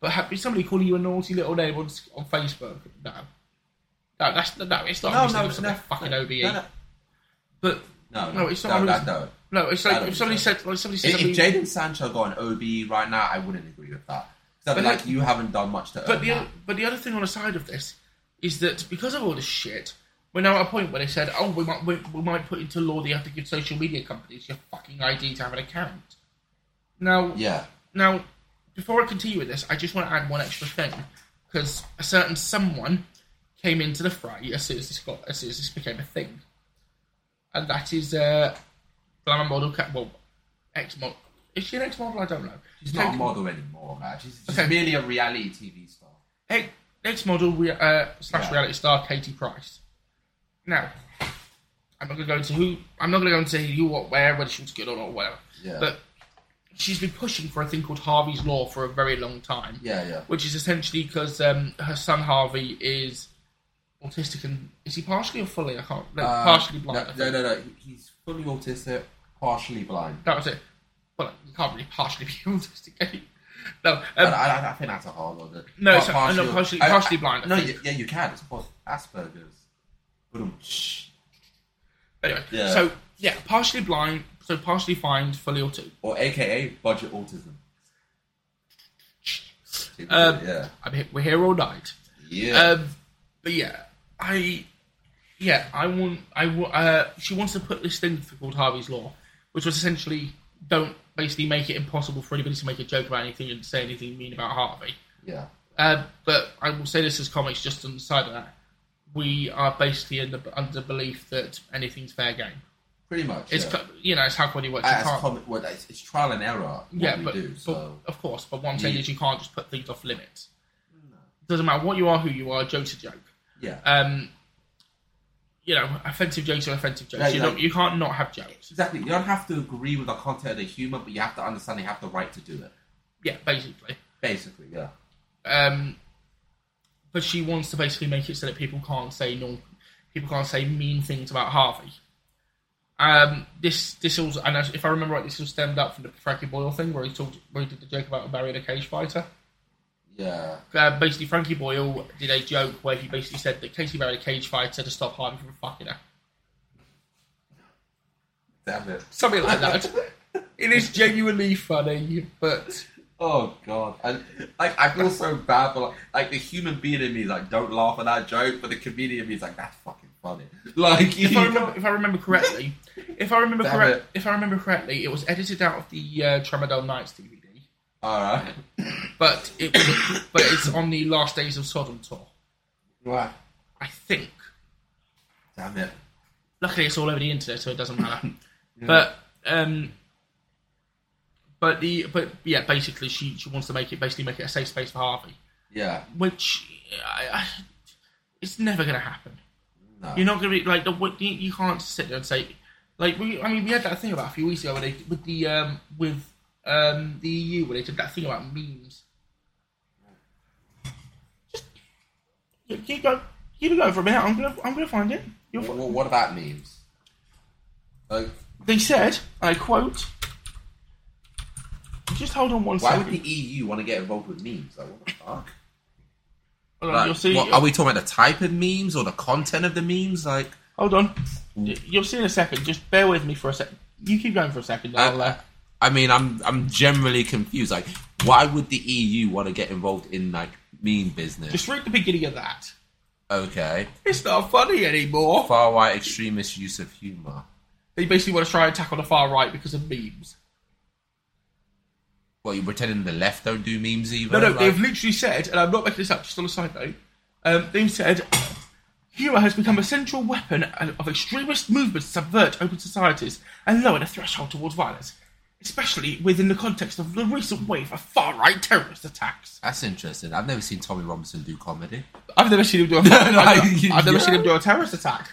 But ha- is somebody calling you a naughty little name on, on Facebook? No, no, that's no, it's not. a
No,
reason
no,
for
it's
some
no,
fucking
no,
OBE.
no, no.
But
No,
no, it's not.
no,
a
no,
reason.
no.
no, it's
I
like
don't
if somebody
think
said, like somebody said,
If,
something-
if Jaden Sancho got an OB E right now, I wouldn't agree with that. So I'd be
But
like,
the-
you haven't done much to
But
earn
the
that.
but the other thing on the side of this is that because of all this shit, we're now at a point where they said, "Oh, we might we, we might put into law that you have to give social media companies your fucking ID to have an account." Now,
Yeah.
now, before I continue with this, I just want to add one extra thing because a certain someone came into the fray as soon as this got as soon as this became a thing, and that is uh, glamour model Cat. Well, ex model. Is she an ex model? I don't know.
She's not a
Kate-
model anymore, man. She's, she's
Okay.
merely a reality TV star.
ex- ex-model re- uh, slash
Yeah.
reality star Katie Price. Now, I'm not going to go into who. I'm not going to go into who, what, where, whether she was good or not, whatever.
Yeah.
But she's been pushing for a thing called Harvey's Law for a very long time.
Yeah, yeah.
Which is essentially because um, her son Harvey is autistic and is he partially or fully? I can't. No,
Uh,
partially blind. I
No, no,
think. Uh,
no. no. He- He's fully autistic, partially blind.
That was it. Well, you can't really partially be [laughs] autistic. can you? no. Um,
I, I, I think that's a hard one. isn't it?
No,
Par-
it's- no, partially- partially blind, I
no,
think.
you, yeah, you can. It's called Asperger's. Boom.
anyway,
Yeah.
so yeah, partially blind, so partially blind, fully autistic.
Or AKA budget autism.
Um,
yeah.
I'm he- we're here all night.
Yeah.
Um, but yeah, I yeah I want I wa- uh, she wants to put this thing called Harvey's Law, which was essentially don't basically make it impossible for anybody to make a joke about anything and say anything mean about Harvey.
yeah.
Um, but I will say this as comics, just on the side of that, we are basically in the, under belief that anything's fair game.
Pretty much.
It's
yeah.
co- you know it's how comedy works. You
As
can't-
comic, well, it's, it's trial and error. What
yeah,
we
but,
do,
but-
so.
of course. But one thing
Yeah.
is you can't just put things off limits. Doesn't matter what you are, who you are. Joke's a joke.
yeah.
um, you know, offensive jokes are offensive jokes.
Yeah,
you,
yeah.
don't, you can't not have jokes.
exactly. You don't have to agree with the content of the humor, but you have to understand they have the right to do it.
Yeah, basically.
Basically, yeah.
Um, but she wants to basically make it so that people can't say no, people can't say mean things about Harvey. Um, this this also, and as- if I remember right, this all stemmed up from the Frankie Boyle thing where he talked, where he did the joke about Barry the cage fighter.
Yeah.
Uh, basically, Frankie Boyle did a joke where he basically said that Casey Barry the cage fighter to stop Harvey from fucking her.
Damn it.
Something like that. it is genuinely funny, but
Oh god, I like I feel so bad for like, like the human being in me is like don't laugh at that joke, but the comedian in me is like that's fucking funny. [laughs] Like
if
[laughs]
I remember, if I remember correctly, if I remember
Damn
correct,
it.
if I remember correctly, it was edited out of the uh, Tramadol Nights DVD,
all right,
but it was, but it's on the Last Days of Sodom tour,
right,
I think.
damn it,
Luckily, it's all over the internet, so it doesn't
[laughs]
matter. But um, but the but yeah, basically, she she wants to make it basically make it a safe space for Harvey,
yeah,
which I, I, it's never going to happen.
no,
You're not gonna be like the what you, you can't sit there and say like we I mean we had that thing about a few weeks ago where they with the um with um the EU where they did that thing about memes. Just yeah, keep going, keep it going for a minute. I'm gonna I'm gonna find it. You'll
Wh-
fi-
wh- what that means? Like,
they said I quote. Just hold on one
why
second.
would the EU want to get involved with memes? Like, what the fuck?
Hold on,
Like,
you'll see.
what- are we talking about the type of memes or the content of the memes? Like,
Hold on. Y- You'll see in a second. Just bear with me for a second. You keep going for a second. I'll, uh,
I, I mean, I'm I'm generally confused. Like, why would the EU want to get involved in like meme business?
Just read the beginning of that.
Okay,
It's not funny anymore.
far right extremist use of humor.
They basically want to try and tackle the far right because of memes.
Well, you pretending the left don't do memes either.
No, no,
Like,
they've literally said, and I'm not making this up, just on a side note, um, they've said, humour has become a central weapon of extremist movements to subvert open societies and lower the threshold towards violence, especially within the context of the recent wave of far right terrorist attacks.
that's interesting. I've never seen Tommy Robinson do comedy.
I've never seen him
[laughs]
do a I've,
Like,
I've never
yeah.
seen him do a terrorist attack.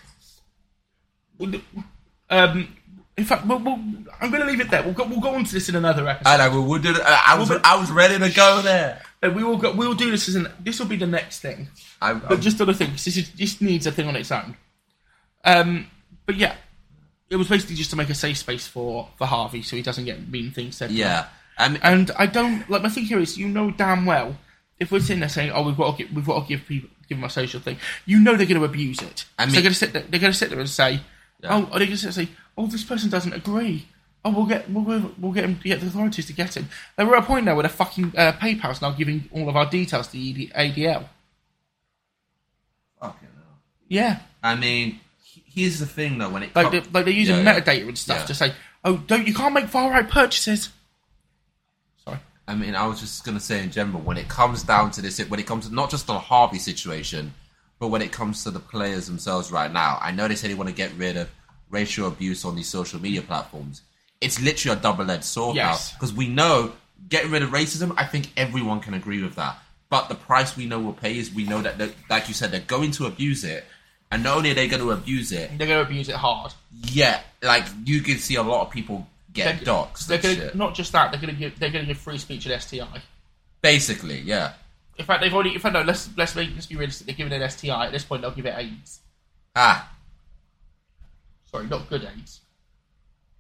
Um, in fact, we'll, we'll, I'm going to leave it there. We'll go, we'll go on to this in another episode.
I know, we did. uh, I was I was ready to go there.
Uh, we will go, we will do this as an this will be the next thing.
I,
But
I'm,
just other things. This is, this needs a thing on its own. Um, but yeah, it was basically just to make a safe space for for Harvey, so he doesn't get mean things said.
yeah, I mean,
And I don't like my thing here is you know damn well if we're sitting there saying oh we've got to give, we've got to give people give them a social thing, you know they're going to abuse it.
I
so they're
mean-
going to sit there, they're going to sit there and say oh are they going to say oh this person doesn't agree. Oh, we'll get we'll, we'll- we'll get him get the authorities to get him. They were at a point now where the fucking uh, PayPal's now giving all of our details to the E ADL.
fucking hell.
Yeah,
I mean, he- here's the thing though. When it
Like,
com-
they, like they're using
Yeah, yeah.
metadata and stuff
Yeah.
to say, oh, don't you can't make far right purchases. Sorry.
I mean, I was just gonna say in general, when it comes down to this, when it comes to not just the Harvey situation, but when it comes to the players themselves right now, I know they say they want to get rid of racial abuse on these social media platforms. It's literally a double-edged sword
Yes.
now because we know getting rid of racism. I think everyone can agree with that. But the price we know we'll pay is we know that, they- like you said, they're going to abuse it, and not only are they going to abuse it,
They're going to abuse it hard.
yeah, like you can see a lot of people get
They're-
doxxed
They're
and
going
shit.
to, not just that. They're going to give they're going to give free speech and STI.
Basically, yeah.
In fact, they've already. In fact, no. Let's let's make, let's be realistic. They're giving it an STI at this point. They'll give it AIDS.
Ah,
Sorry, not good AIDS.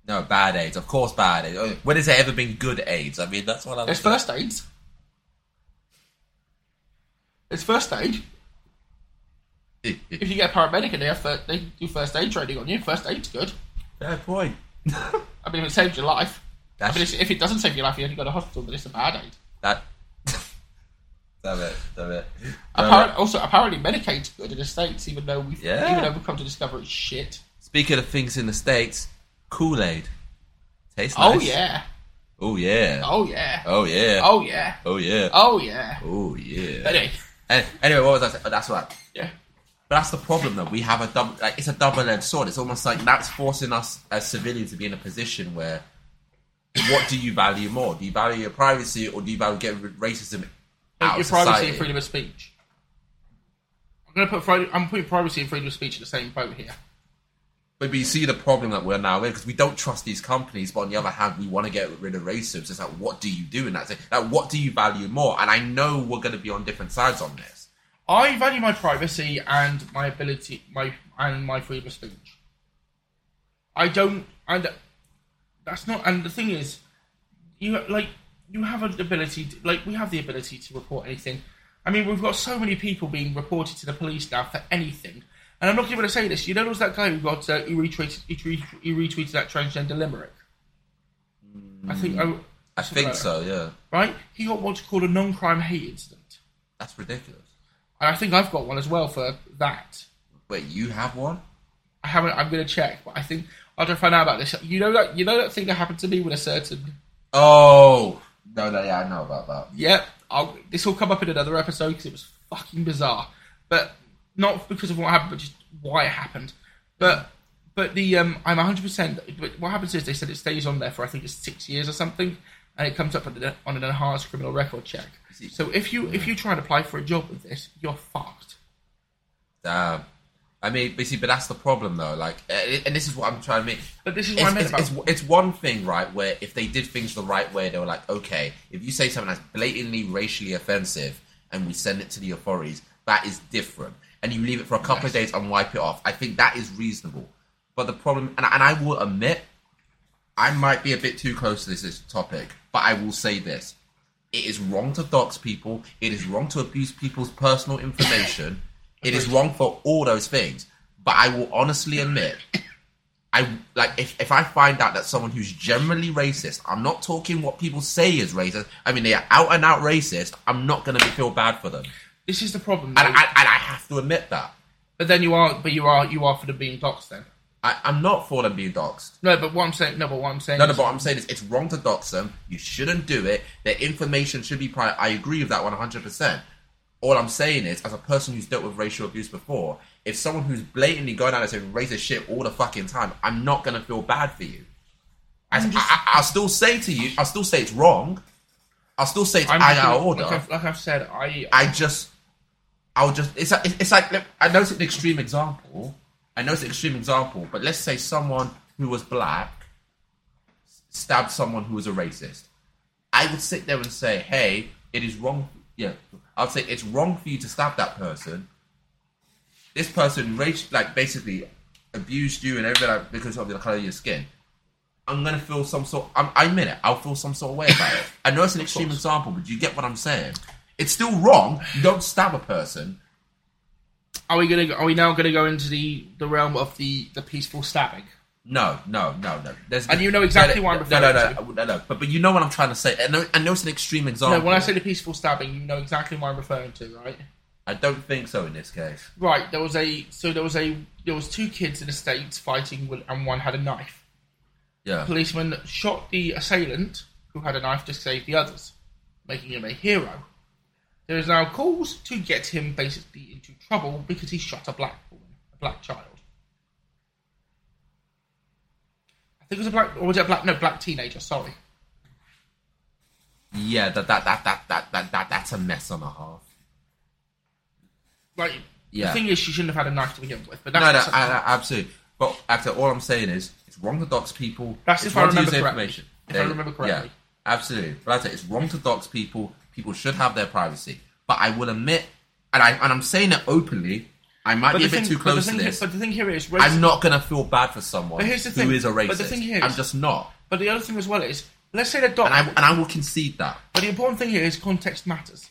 No, bad AIDS. Of course, bad AIDS. Oh, When has there ever been good AIDS? I mean, that's what I'm.
It's first AIDS. It's first aid. If you get a paramedic and they have fir- they do first aid training on you, first aid's good.
Fair [laughs] point.
I mean, if it saves your life. I
That's-
mean, if if it doesn't save your life, you only go to hospital. Then it's a bad aid.
That. [laughs] damn it! Damn it! Damn
Apparent,
it.
also, apparently, Medicaid's good in the states, even though we've
Yeah.
even though we've come to discover it's shit.
Speaking of things in the states, Kool Aid tastes nice.
Oh yeah,
Oh yeah.
oh yeah,
Oh yeah.
oh yeah,
Oh yeah.
oh yeah.
Oh yeah.
Anyway,
An- Anyway, what was I saying? Oh, that's what.
yeah,
But that's the problem though. We have a double. Like, it's a double-edged sword. It's almost like that's forcing us as civilians to be in a position where, what do you value more? Do you value your privacy or do you value getting rid- racism out
your
of
privacy
society?
and freedom of speech. I'm gonna put Friday, I'm putting privacy and freedom of speech in the same boat here.
But you see the problem that we're now in because we don't trust these companies. But on the other hand, we want to get rid of racism. So it's like, what do you do in that? thing? Like, what do you value more? And I know we're going to be on different sides on this.
I value my privacy and my ability, my and my freedom of speech. I don't, and that's not. And the thing is, you like you have an ability, to- like we have the ability to report anything. I mean, we've got so many people being reported to the police now for anything. And I'm not even going to say this. You know, there was that guy who got uh, he retweeted he, re- he retweeted that transgender limerick. I think I,
Mm, I think so. Yeah,
Right? He got what's called a non-crime hate incident.
that's ridiculous.
And I think I've got one as well for that.
Wait, you have one?
I haven't. I'm going to check, but I think I'll try to find out about this. You know that you know that thing that happened to me with a certain.
Oh no, no, yeah, I know about that.
Yep. I'll, this will come up in another episode because it was fucking bizarre, but not because of what happened, but just why it happened. But but the um, I'm 100. percent But what happens is they said it stays on there for I think it's six years or something, and it comes up on, the, on an enhanced criminal record check. So if you if you try and apply for a job with this, you're fucked.
Damn. Um, I mean, but see, but that's the problem though. Like, eh, and this is what I'm trying to make.
But this is what
it's,
I meant
it's,
about-
it's, it's one thing, right? Where if they did things the right way, they were like, okay, if you say something that's blatantly racially offensive and we send it to the authorities, that is different. And you leave it for a couple of days and wipe it off. I think that is reasonable. But the problem, and, and I will admit, I might be a bit too close to this, this topic, but I will say this. It is wrong to dox people. It is wrong to abuse people's personal information. it is wrong for all those things. But I will honestly admit, I like if, if I find out that someone who's generally racist, I'm not talking what people say is racist. I mean, they are out and out racist. I'm not going to feel bad for them,
This is the problem.
and I,
though.
and I have to admit that
but then you are, but you are, you are for the being doxed then.
I, I'm not for them being doxxed.
No, but what I'm saying, no, but what I'm saying,
No,
is-
no, but what I'm saying is it's wrong to dox them. You shouldn't do it. Their information should be private. I agree with that 100%. All I'm saying is, as a person who's dealt with racial abuse before, if someone who's blatantly going out and saying racist shit all the fucking time, I'm not going to feel bad for you. I, I, will still say to you, I'll still say it's wrong. I'll still say it's
I'm
out
just gonna-
of order.
Like I've, like I've said, I,
I just, I'll just. It's like, it's like look, I know it's an extreme example. I know it's an extreme example, but let's say someone who was black stabbed someone who was a racist. I would sit there and say, "Hey, it is wrong." Yeah, I'd say it's wrong for you to stab that person. This person, race, like basically, abused you and everything like, because of the color of your skin. I'm gonna feel some sort. I'm, I mean it. I'll feel some sort of way about it. I know it's an extreme example, but you get what I'm saying. It's still wrong. You don't stab a person.
are we gonna, go- are we now gonna go into the the realm of the the peaceful stabbing?
No, no, no, no. There's,
And you know exactly
no,
what I'm
no, no,
referring
no, no, no, no. But but you know what I'm trying to say. I know. I know it's an extreme example.
No, when I say the peaceful stabbing, you know exactly what I'm referring to, right?
I don't think so in this case.
Right. There was a so there was a there was two kids in the states fighting, with, and one had a knife.
Yeah.
Policeman shot the assailant who had a knife to save the others, making him a hero. There is now calls to get him basically into trouble because he shot a black woman, a black child. I think it was a black, or was it a black? No, black teenager. Sorry.
Yeah. That that that that that that, that that's a mess on a half.
Like
Yeah.
the thing is, she shouldn't have had a knife to begin with. But that's
No, no, I, I, absolutely. But after all, I'm saying is it's wrong to dox people.
That's
it's
if I
wrong to
remember
use their
correctly.
information.
If I
There you-
remember correctly.
yeah, absolutely. But I say it's wrong to dox people. People should have their privacy. But I will admit, and I and I'm saying it openly. I might
but
be
the
a bit
thing- but
too
the
close to
thing here-
this.
But the thing here is, racism-
I'm not gonna feel bad for someone
But
who
here's
is
the
a
thing.
racist.
But the thing here is-
I'm just not,
But the other thing as well is, let's say they're doc.
and I and I will concede that.
but the important thing here is context matters.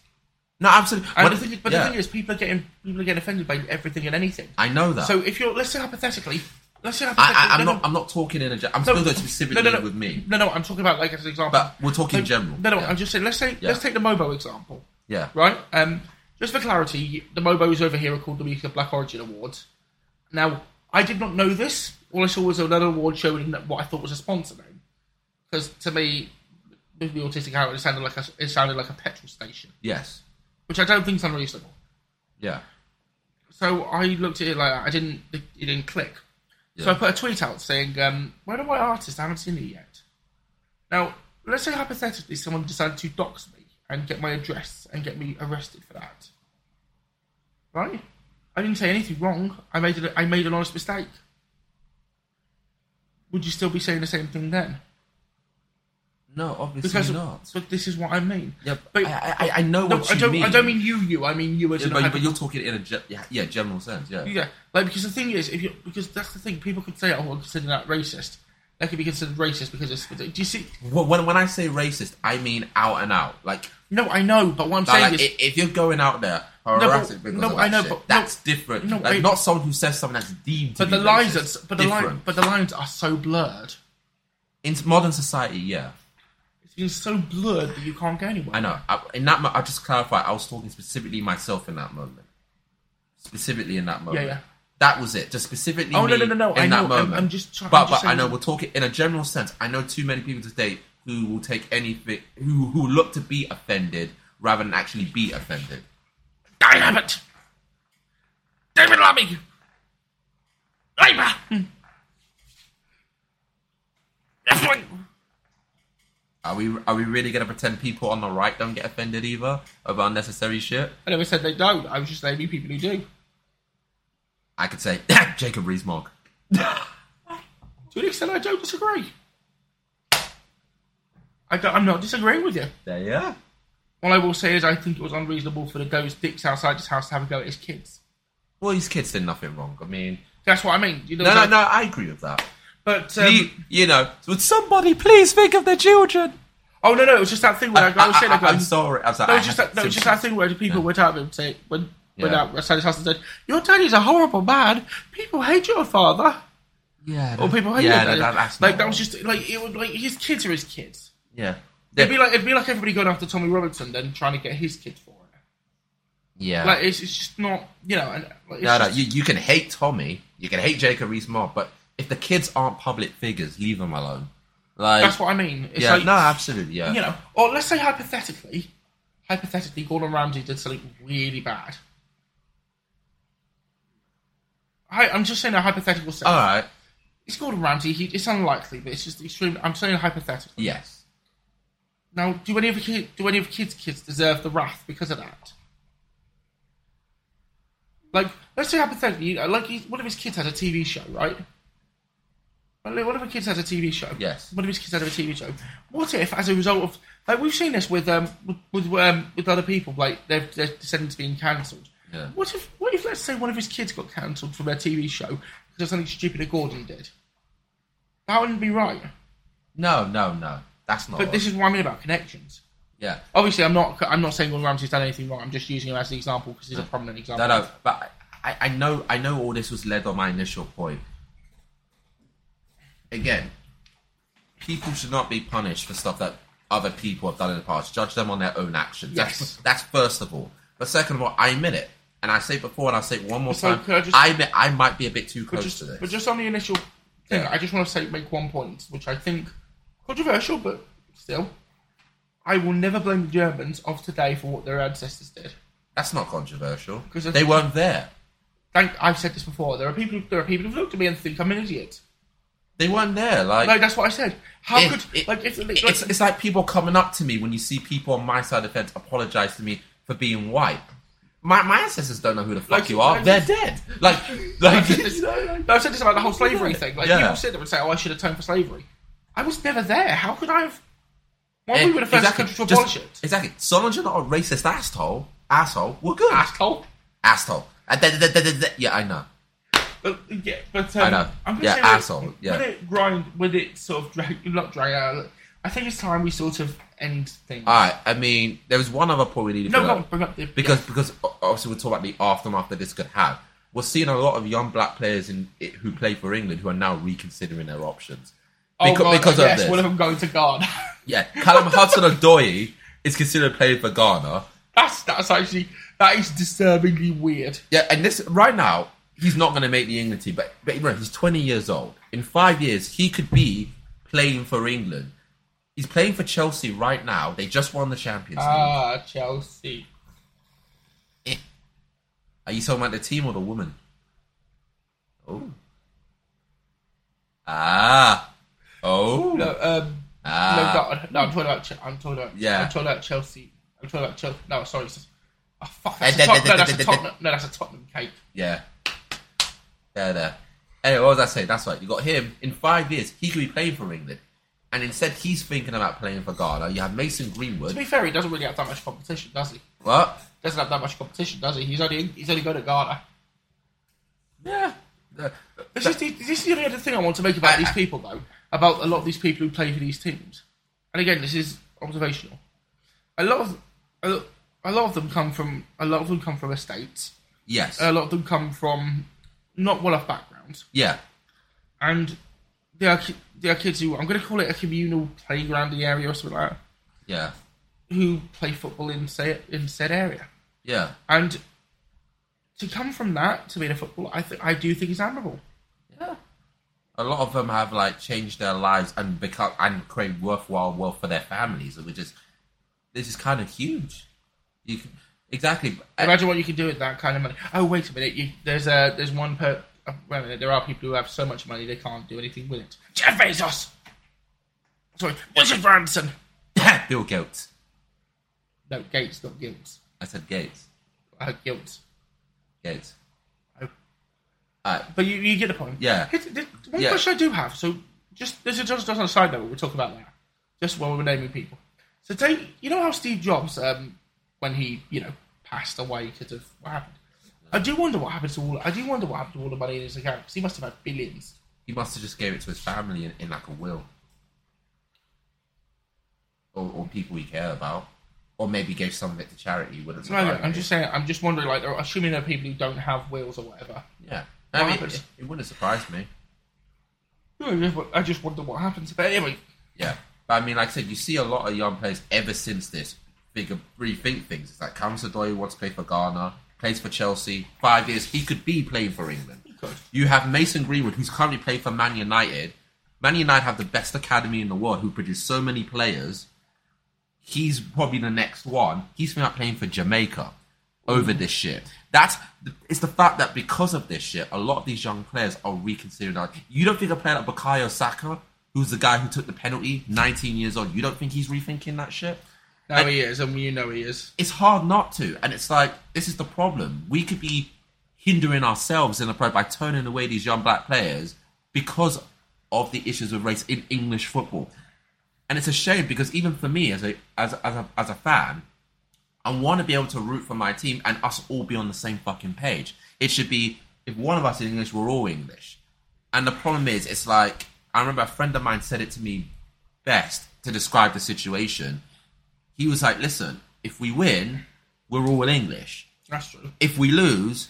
No, absolutely.
And
What
the
if-
thing, but
yeah,
the thing is, people are getting people are getting offended by everything and anything.
I know that.
So if you're, let's say hypothetically, let's say hypothetically,
I, I, I'm
no,
not.
no,
I'm not talking in a. ge- I'm
no,
still going specifically
no, no, no.
with me.
No, no, I'm talking about like as an example.
But we're talking
Like,
general.
No, no,
Yeah.
I'm just saying. Let's say
Yeah.
let's take the Mobo example,
Yeah.
right? Um, just for clarity, the Mobos over here are called the Week of Black Origin Awards. Now, I did not know this. All I saw was another award showing that what I thought was a sponsor name, because to me, with the autistic out, it sounded like a, it sounded like a petrol station,
Yes.
which I don't think is unreasonable.
Yeah.
So I looked at it like that. I didn't. It didn't click. So
Yeah.
I put a tweet out saying, um, "Where are my artists? I haven't seen it yet." Now, let's say hypothetically, someone decided to dox me and get my address and get me arrested for that. Right? I didn't say anything wrong. I made it, I made an honest mistake. Would you still be saying the same thing then?
No, obviously
Because
not.
but this is what I mean.
Yeah, I- I- I know what
I
you
don't, I
mean.
don't mean you. You. I mean you as
Yeah,
an
but, but you're talking in a ge- yeah, yeah general sense. Yeah.
Yeah, like because the thing is, if you because that's the thing, people could say, "Oh, I'm considered that racist." That could be considered racist because it's. Do you see?
Wh- When when I say racist, I mean out and out. Like,
No, I know, but what I'm saying
like
is,
i- if you're going out there
but-
harassing because
no,
of that
I know,
shit,
but- no,
that's different.
no,
like,
I-
not someone who says something that's deemed. To
but
be
the lines,
racist.
are, but the line,
Different.
but the lines are so blurred.
in modern society, yeah,
It's been so blurred that you can't go anywhere.
I know. I, in that, mo- I'll just clarify. I was talking specifically myself in that moment. Specifically in that moment.
yeah.
That was it. Just specifically.
Oh, no,
me
no, no, no,
In
I
that
know, I'm-
moment.
I'm just try-
But
I'm just
but I know
saying-
we're talking in a general sense. I know too many people today who will take anything who who look to be offended rather than actually be offended.
Die Abbott, David Lammy, Labour, left wing.
Are we are we really gonna pretend people on the right don't get offended either over unnecessary shit?
I never said they don't. I was just naming people who do.
I could say [laughs] Jacob Rees-Mogg.
To an extent, I don't disagree. I don't, I'm not disagreeing with you.
There you are.
All I will say is I think it was unreasonable for the those dicks outside his house to have a go at his kids.
Well, these kids did nothing wrong. I mean,
That's what I mean. You know,
no, no,
like-
no. I agree with that.
But um,
you, you know, would somebody please think of their children?
oh no, no, it was just that thing where I, I was saying, like,
am sorry. I'm sorry.
No,
I
it's just
had
that, no, it's just
sympathy.
that thing where the people went out and say when went
Yeah.
out outside his house and said, "Your daddy's a horrible man. People hate your father."
Yeah.
Or people hated
yeah,
that.
that- that's
like
not
that was just like it would like his kids are his kids.
Yeah.
It'd be like it'd be like everybody going after Tommy Robinson then trying to get his kid for it.
yeah.
Like it's, it's just not you know. And, like, it's
no, no.
just-
You, you can hate Tommy. You can hate Jacob Rees-Mogg, but if the kids aren't public figures, leave them alone. Like
that's what I mean. It's
yeah.
like
no, absolutely. Yeah.
you know, or let's say hypothetically, hypothetically, Gordon Ramsay did something really bad. I, I'm just saying a hypothetical sense.
All right.
It's Gordon Ramsay. He, it's unlikely, but it's just extremely. I'm saying hypothetically.
Yes.
Now, do any of the kid, do any of kids' kids deserve the wrath because of that? Like, let's say hypothetically, you know, like he- one of his kids had a TV show, right? Well, look, One of the kids had a TV show.
Yes.
One of his kids had a TV show. What if, as a result of, like we've seen this with um with with, um, with other people, like they're, they're descendants being cancelled.
Yeah.
What if what if let's say one of his kids got cancelled from their TV show because of something stupid that Gordon did? That wouldn't be right.
No, no, no. That's not.
But
what-
this is what I mean about connections.
yeah.
Obviously, I'm not. I'm not saying Gordon Ramsay's done anything wrong. I'm just using him as an example because he's a prominent
No,
example.
no. But I, I know, I know. All this was led on my initial point. Again, people should not be punished for stuff that other people have done in the past. Judge them on their own actions.
Yes.
That's, that's first of all. But second of all, I admit it, and I say it before, and I say it one more
So,
time.
could I just-
I admit I might be a bit too
But
close
just,
to this.
but just on the initial thing,
Yeah.
I just want to say make one point, which I think controversial, but still, I will never blame the Germans of today for what their ancestors did.
that's not controversial.
'Cause I
they
think-
weren't there.
Thank, I've said this before. There are people. There are people who've looked at me and think I'm an idiot.
They weren't there. Like.
Like that's what I said. How
It-
could
it-
like if [laughs] like,
it's, it's like people coming up to me when you see people on my side of the fence apologize to me for being white. My, my ancestors don't know who the fuck
Like-
you are.
like-
They're dead. Like,
[laughs]
like [laughs]
this- no, I've said this about the whole slavery thing. Like
Yeah.
people sit there and say, "Oh, I should have turned for slavery." I was never there. How could I have? Why
eh,
we were the first country to abolish
Just-
it?
Exactly. So long as you're not a racist asshole, asshole, we're good.
Asshole.
Asshole. Ah, da- da- da- da- da- Yeah, I know.
But yeah, but um,
I know.
I'm gonna
Yeah,
say
asshole,
With,
yeah.
With it grind, with it sort of drag, not drag out. I think it's time we sort of end things.
All right. I mean, there was one other point we needed.
no, go
to bring
on,
up.
bring up the
because because obviously we're talking about the aftermath that this could have. We're seeing a lot of young black players in who play for England who are now reconsidering their options
yeah.
Beca-
oh, God,
because
yes,
of this.
one of them going to God. [laughs]
yeah, Callum Hudson-Odoi is considered playing for Ghana.
that's that's actually that is disturbingly weird.
Yeah, and this right now he's not going to make the England team, but but remember, he's 20 years old. In five years, he could be playing for England. He's playing for Chelsea right now. They just won the Champions League.
Ah, Chelsea.
Eh. Are you talking about the team or the woman? Oh. Ah. Oh.
No, um,
Ah.
no, God, no, I'm talking about. Che- I'm talking about.
Yeah.
I'm talking about Chelsea. I'm talking about Chelsea. No, sorry. it's- Oh, fuck.
Eh,
That's
da-
a
da-
Tot-
da-
no, that's
da-
a
da- da-
Tottenham. No, that's a Tottenham cake.
Yeah. There, there. Anyway, what was I saying? That's right. You got him. In five years, he could be playing for England. And instead, he's thinking about playing for Ghana. You have Mason
To be
Greenwood.
fair, he doesn't really have that much competition, does he?
What?
doesn't have that much competition, does he? He's only he's only going to Ghana.
Yeah. Uh,
This is the, this is the only other thing I want to make about these people, though, about a lot of these people who play for these teams. And again, this is observational. A lot of a, lo- a lot of them come from a lot of them come from estates.
Yes.
A lot of them come from not well off backgrounds,
Yeah.
and they are ki- they are kids who I'm going to call it a communal playgroundy area or something like that,
Yeah.
who play football in say in said area.
Yeah.
And to come from that to being a footballer, I th- I do think is admirable.
a lot of them have like changed their lives and become and create worthwhile wealth for their families, which is this is kind of huge. You can, exactly. Uh,
Imagine what you can do with that kind of money. Oh wait a minute, you, there's a there's one per. uh, Wait a minute, there are people who have so much money they can't do anything with it. Jeff Bezos. Sorry, Richard Branson.
[laughs] Bill Gates.
No, Gates, not Gilts.
I said Gates.
I heard Gilts.
Gates.
Oh.
Uh,
But you, you get the point.
Yeah.
Here- there- one
Yeah.
question I do have. So just this is just, just on a side note. We're talking about that. Just while we're naming people. So take you know how Steve Jobs, um, when he you know passed away because of what happened. I do wonder what happened to all. I do wonder what happened to all the money in his account 'cause he must have had billions.
he must have just gave it to his family in, in like a will, or, or people he care about, or maybe gave some of it to charity. Wouldn't
No, no,
surprise
I'm
me.
just saying. I'm just wondering, like, there are- assuming there are people who don't have wills or whatever.
Yeah,
What
I mean,
happens?
it, it wouldn't surprise me.
I just wa- I just wonder what happens. But anyway,
Yeah, but I mean, like I said, you see a lot of young players ever since this figure rethink things. It's like Kamsa Doyle wants to play for Ghana, plays for Chelsea. Five years, he could be playing for England.
could.
You have Mason Greenwood, who's currently playing for Man United. Man United have the best academy in the world, who produce so many players. He's probably the next one. He's been out playing for Jamaica over this shit. That's it's the fact that because of this shit, a lot of these young players are reconsidering. That. You don't think a player like Bukayo Saka, who's the guy who took the penalty, 19 years old, you don't think he's rethinking that shit?
now he is, and you know he is.
It's hard not to, and it's like this is the problem. We could be hindering ourselves in the pro by turning away these young black players because of the issues of race in English football, and it's a shame because even for me as a as as a, as a fan, I want to be able to root for my team and us all be on the same fucking page. It should be if one of us is English, we're all English. And the problem is, it's like I remember a friend of mine said it to me best to describe the situation. He was like, "Listen, if we win, we're all English.
That's true.
If we lose,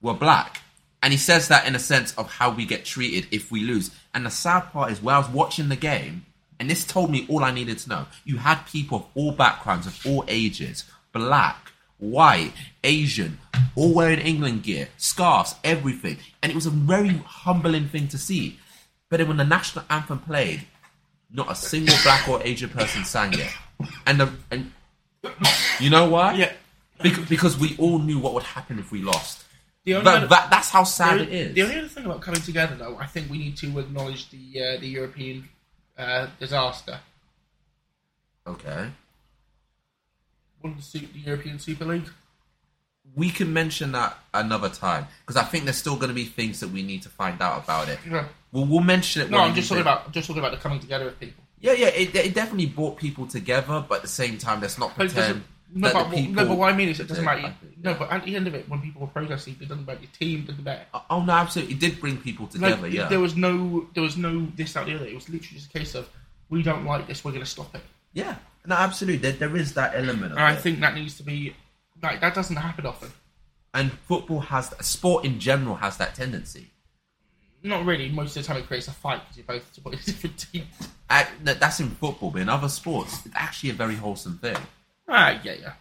we're black." And he says that in a sense of how we get treated if we lose. And the sad part is, while I was watching the game, and this told me all I needed to know. You had people of all backgrounds, of all ages, black, white, Asian, all wearing England gear, scarves, everything. And it was a very humbling thing to see. But then when the national anthem played, not a single black or Asian person sang it. And, the, and you know why?
Yeah.
Because, because we all knew what would happen if we lost.
The only other-
That, that, that's how sad
the,
it is.
the only other thing about coming together, though, I think we need to acknowledge the uh, the European uh, disaster.
okay.
Won the, Su- the European Super League.
We can mention that another time because I think there's still going to be things that we need to find out about it.
Yeah.
Well, we'll mention it.
No,
when
I'm
we
just
do.
talking about just talking about the coming together of people.
Yeah, yeah. It, it definitely brought people together, but at the same time, let's not
But it
pretend
doesn't. No,
that
but,
the
what-
people.
no, but what I mean is, it doesn't
Yeah,
matter.
I think,
No,
yeah.
but at the end of it, when people were protesting, it doesn't matter your team, doesn't matter.
oh no, absolutely, it did bring people
Like,
together. yeah,
There was no, there was no this, that, the other. It was literally just a case of we don't like this, we're going to stop it.
yeah. No, absolutely. There, there is that element. Of
And I
it.
think that needs to be like that doesn't happen often.
and football has sport in general has that tendency.
Not really. Most of the time, it creates a fight because you're both [laughs] supporting different teams.
I, that- that's in football, but in other sports, it's actually a very wholesome thing.
Ah, yeah, yeah.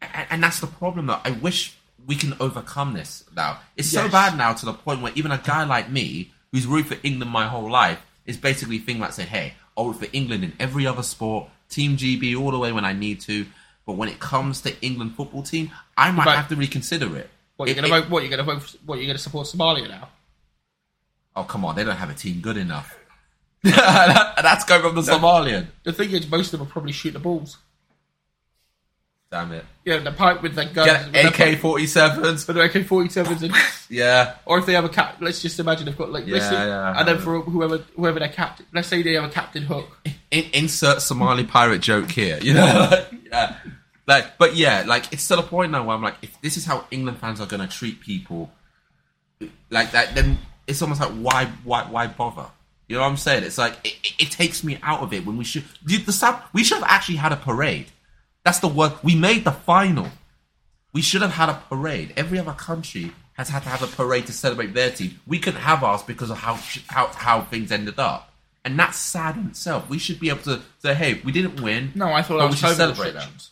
and, and that's the problem. Though. I wish we can overcome this now. It's so
Yes.
bad now to the point where even a guy like me, who's rooted for England my whole life, is basically thinking like, say, hey, I'll root for England in every other sport, Team GB all the way when I need to. But when it comes to England football team, I might
Right.
have to reconsider it.
What
It-
you're going
it-
to vote? What you're going to vote? for- What you're going to support Somalia now?
Oh, come on. They don't have a team good enough. [laughs] that's going from the Somalian.
The thing is, most of them will probably shoot the balls.
Damn it.
Yeah, the pipe with their guns,
Get
with their-
AK 47s.
with their AK-47s, and,
Yeah.
or if they have a cap. Let's just imagine they've got like
Yeah,
listen,
yeah, I
and then
have
for whoever whoever their captain. Let's say they have a captain hook.
in, insert Somali pirate joke here, you know? [laughs] yeah. Like, but yeah, like it's to the point now where I'm like, if this is how England fans are going to treat people like that, then it's almost like why, why, why bother? You know what I'm saying? It's like it, it, it takes me out of it when we should. The, the sub, we should have actually had a parade. That's the word. We made the final. We should have had a parade. Every other country has had to have a parade to celebrate their team. We couldn't have ours because of how how, how things ended up, and that's sad in itself. We should be able to say, "Hey, we didn't win."
No, I thought
but
that was COVID
that.
restrictions.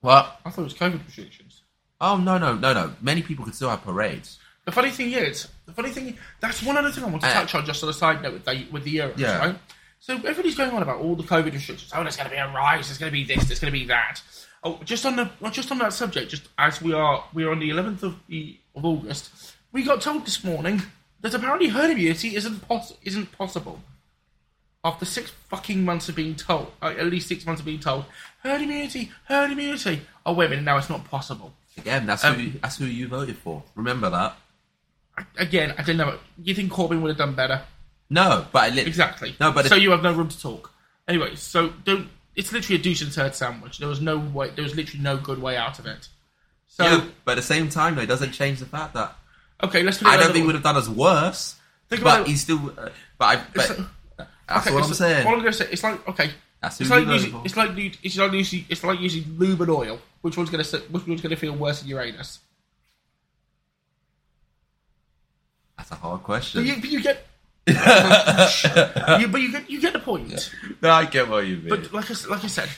What?
I thought it was COVID restrictions.
Oh no, no, no, no! Many people could still have parades.
The funny thing is, the funny thing that's one other thing I want to
Uh,
touch on just on a side note with the with the Euros,
Yeah.
right? So everybody's going on about all the COVID restrictions. Oh, there's going to be a rise. There's going to be this. There's going to be that. Oh, just on the well, just on that subject, just as we are we are on the 11th of the, of August, we got told this morning that apparently herd immunity isn't poss- isn't possible. After six fucking months of being told, uh, at least six months of being told, herd immunity, herd immunity. Oh wait a minute, now it's not possible.
Again, that's
Um,
who you, that's who you voted for. Remember that?
Again, I don't know. You think Corbyn would have done better?
No, but I lit-
Exactly.
No, but
so
if-
you have no room to talk. Anyway, so don't. It's literally a douche and turd sandwich. There was no way. There was literally no good way out of it. So
Yeah, but at the same time, though, it doesn't change the fact that
okay, let's. Put it
I don't
another
think
way.
would have done as worse.
Think about
but
it-
he's still. Uh, but I, but that's
Okay,
what
it's-
I'm saying.
All I'm going to say, it's like okay,
That's who
it's, like
you vote
using,
for.
it's like lu- it's like using it's like using lube and oil. Which one's going to which one's going to feel worse in your anus?
That's a hard question. [laughs]
But you, but you get you, but you get you get the point.
No, I get what you mean.
But like I, s- like I said,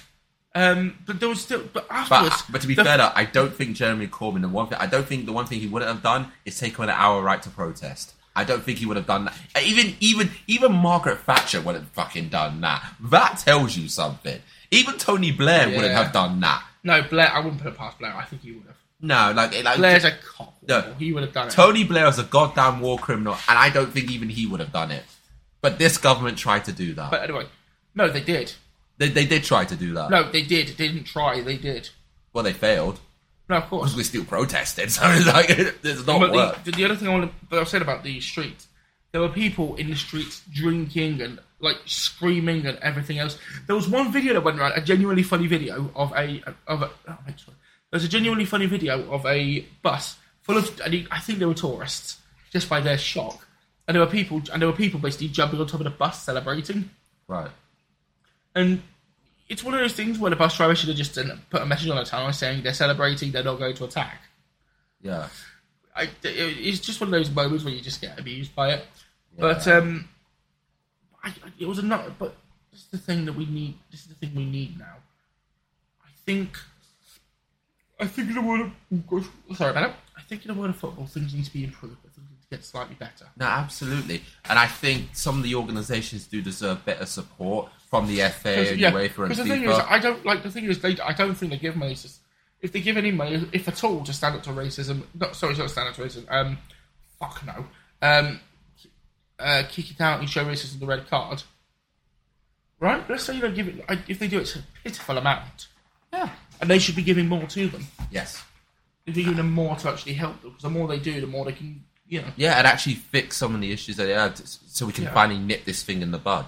um, but there was still but afterwards.
But, but to be
the-
fair, though, I don't think Jeremy Corbyn. The one thing I don't think the one thing he wouldn't have done is take away our right to protest. I don't think he would have done that. Even even even Margaret Thatcher wouldn't have fucking done that. That tells you something. Even Tony Blair wouldn't
Yeah.
have done that.
no, Blair. I wouldn't put it past Blair. I think he would have.
No, like it- like
Blair's a cop.
No.
He would have done it.
Tony Blair is a goddamn war criminal, and I don't think even he would have done it. But this government tried to do that.
But anyway, no, they did.
they, they did try to do that.
No, they did. They didn't try. They did.
Well, they failed
No, of course.
because we still protested. [laughs] So it's like it's not
But
work.
the, the other thing I want to I said about the streets, there were people in the streets drinking and like screaming and everything else. There was one video that went around, a genuinely funny video of a of a. Oh, wait, sorry. There was a genuinely funny video of a bus full of. I think- I think they were tourists, just by their shock, and there were people and there were people basically jumping on top of the bus celebrating.
Right.
And it's one of those things where the bus driver should have just done- put a message on the tower saying they're celebrating, they're not going to attack.
Yeah.
I, it- it's just one of those moments where you just get abused by it. But um, I, I- it was another. But this is the thing that we need. This is the thing we need now. I think. I think in the world of oh gosh, sorry about it. I think in the world of football, things need to be improved. but Things need to get slightly better.
No, absolutely. And I think some of the organisations do deserve better support from the FA and UEFA and
because the thing is,
FIFA.
I don't like the thing is, they, I don't think they give money. To, if they give any money, if at all, to stand up to racism. Not sorry, not stand up to racism. Um, fuck no. Um, uh, kick it out and show racism the red card. Right? Let's say you don't give it. I, if they do, it's a pitiful amount.
Yeah.
and they should be giving more to them.
Yes.
If you're giving them more to actually help them, because the more they do, the more they can. You know,
Yeah, and actually fix some of the issues that they had so we can
Yeah.
finally nip this thing in the bud.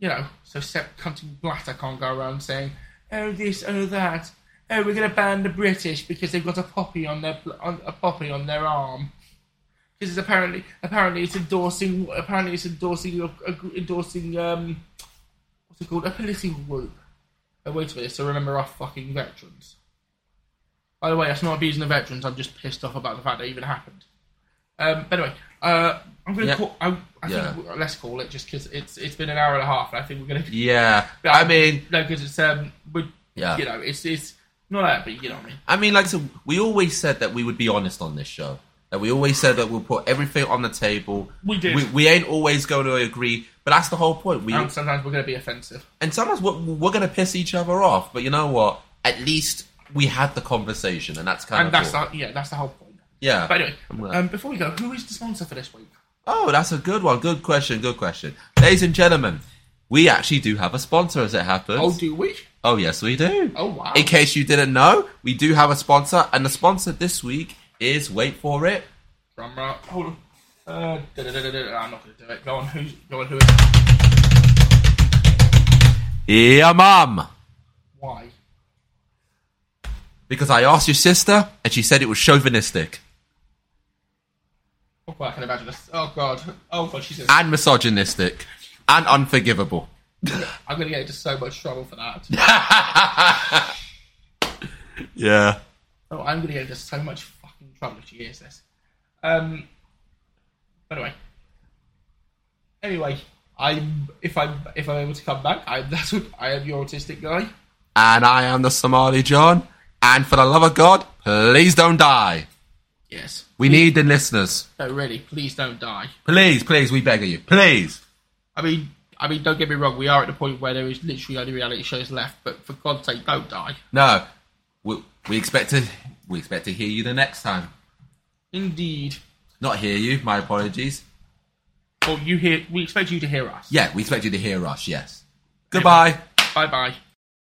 you know, so Sepp Cunting Blatter can't go around saying, oh this, oh that, oh we're going to ban the British because they've got a poppy on their on, a poppy on their arm. Because it's apparently apparently it's endorsing apparently it's endorsing a- a- endorsing um what's it called a political group. Oh wait a minute, so remember our fucking veterans. By the way, that's not abusing the veterans. I'm just pissed off about the fact that it even happened. Um, but anyway, uh, I'm going to
Yeah.
call. I, I
Yeah.
think let's call it just because it's it's been an hour and a half, and I think we're going to.
Yeah. I mean,
No, because it's um, we,
Yeah.
you know, it's it's not that, but you know what I mean.
I mean, like I said, we always said that we would be honest on this show. That we always said that we'll put everything on the table.
We did.
We, we ain't always going to agree, but that's the whole point. We
And sometimes we're going to be offensive.
and sometimes we're, we're going to piss each other off, but you know what? At least we had the conversation, and that's kind
and
of
that's
all.
the, yeah, that's the whole point.
yeah.
But anyway,
I'm glad.
um, before we go, who is the sponsor for this week?
Oh, that's a good one. Good question. Good question. Ladies and gentlemen, we actually do have a sponsor as it happens.
Oh, do we?
Oh, yes, we do.
Oh, wow.
In case you didn't know, we do have a sponsor, and the sponsor this week is, wait for it,
Drum roll. Hold on. Uh, da-da-da-da-da. I'm not going to do it. Go on, who's go on? Who is?
Yeah Mum.
Why?
Because I asked your sister, and she said it was chauvinistic
Oh, God, I can imagine this. Oh God. Oh God, she says
and misogynistic and unforgivable.
I'm going to get into so much trouble for that.
Yeah.
Oh, I'm going to get into so much fucking trouble if she hears this. Um. Anyway. Anyway, I'm if I'm if I'm able to come back, I'm that's what I [laughs] am your autistic guy.
And I am the Somali John. And for the love of God, please don't die.
Yes.
We need the listeners.
No, really. Please don't die.
Please, please, we beg of you. Please.
I mean, I mean, don't get me wrong. We are at the point where there is literally only reality shows left. But for God's sake, don't die.
No, we, we expect to we expect to hear you the next time.
Indeed.
Not hear you. My apologies.
Well, you hear. We expect you to hear us.
Yeah, we expect you to hear us. Yes. Goodbye.
Bye bye.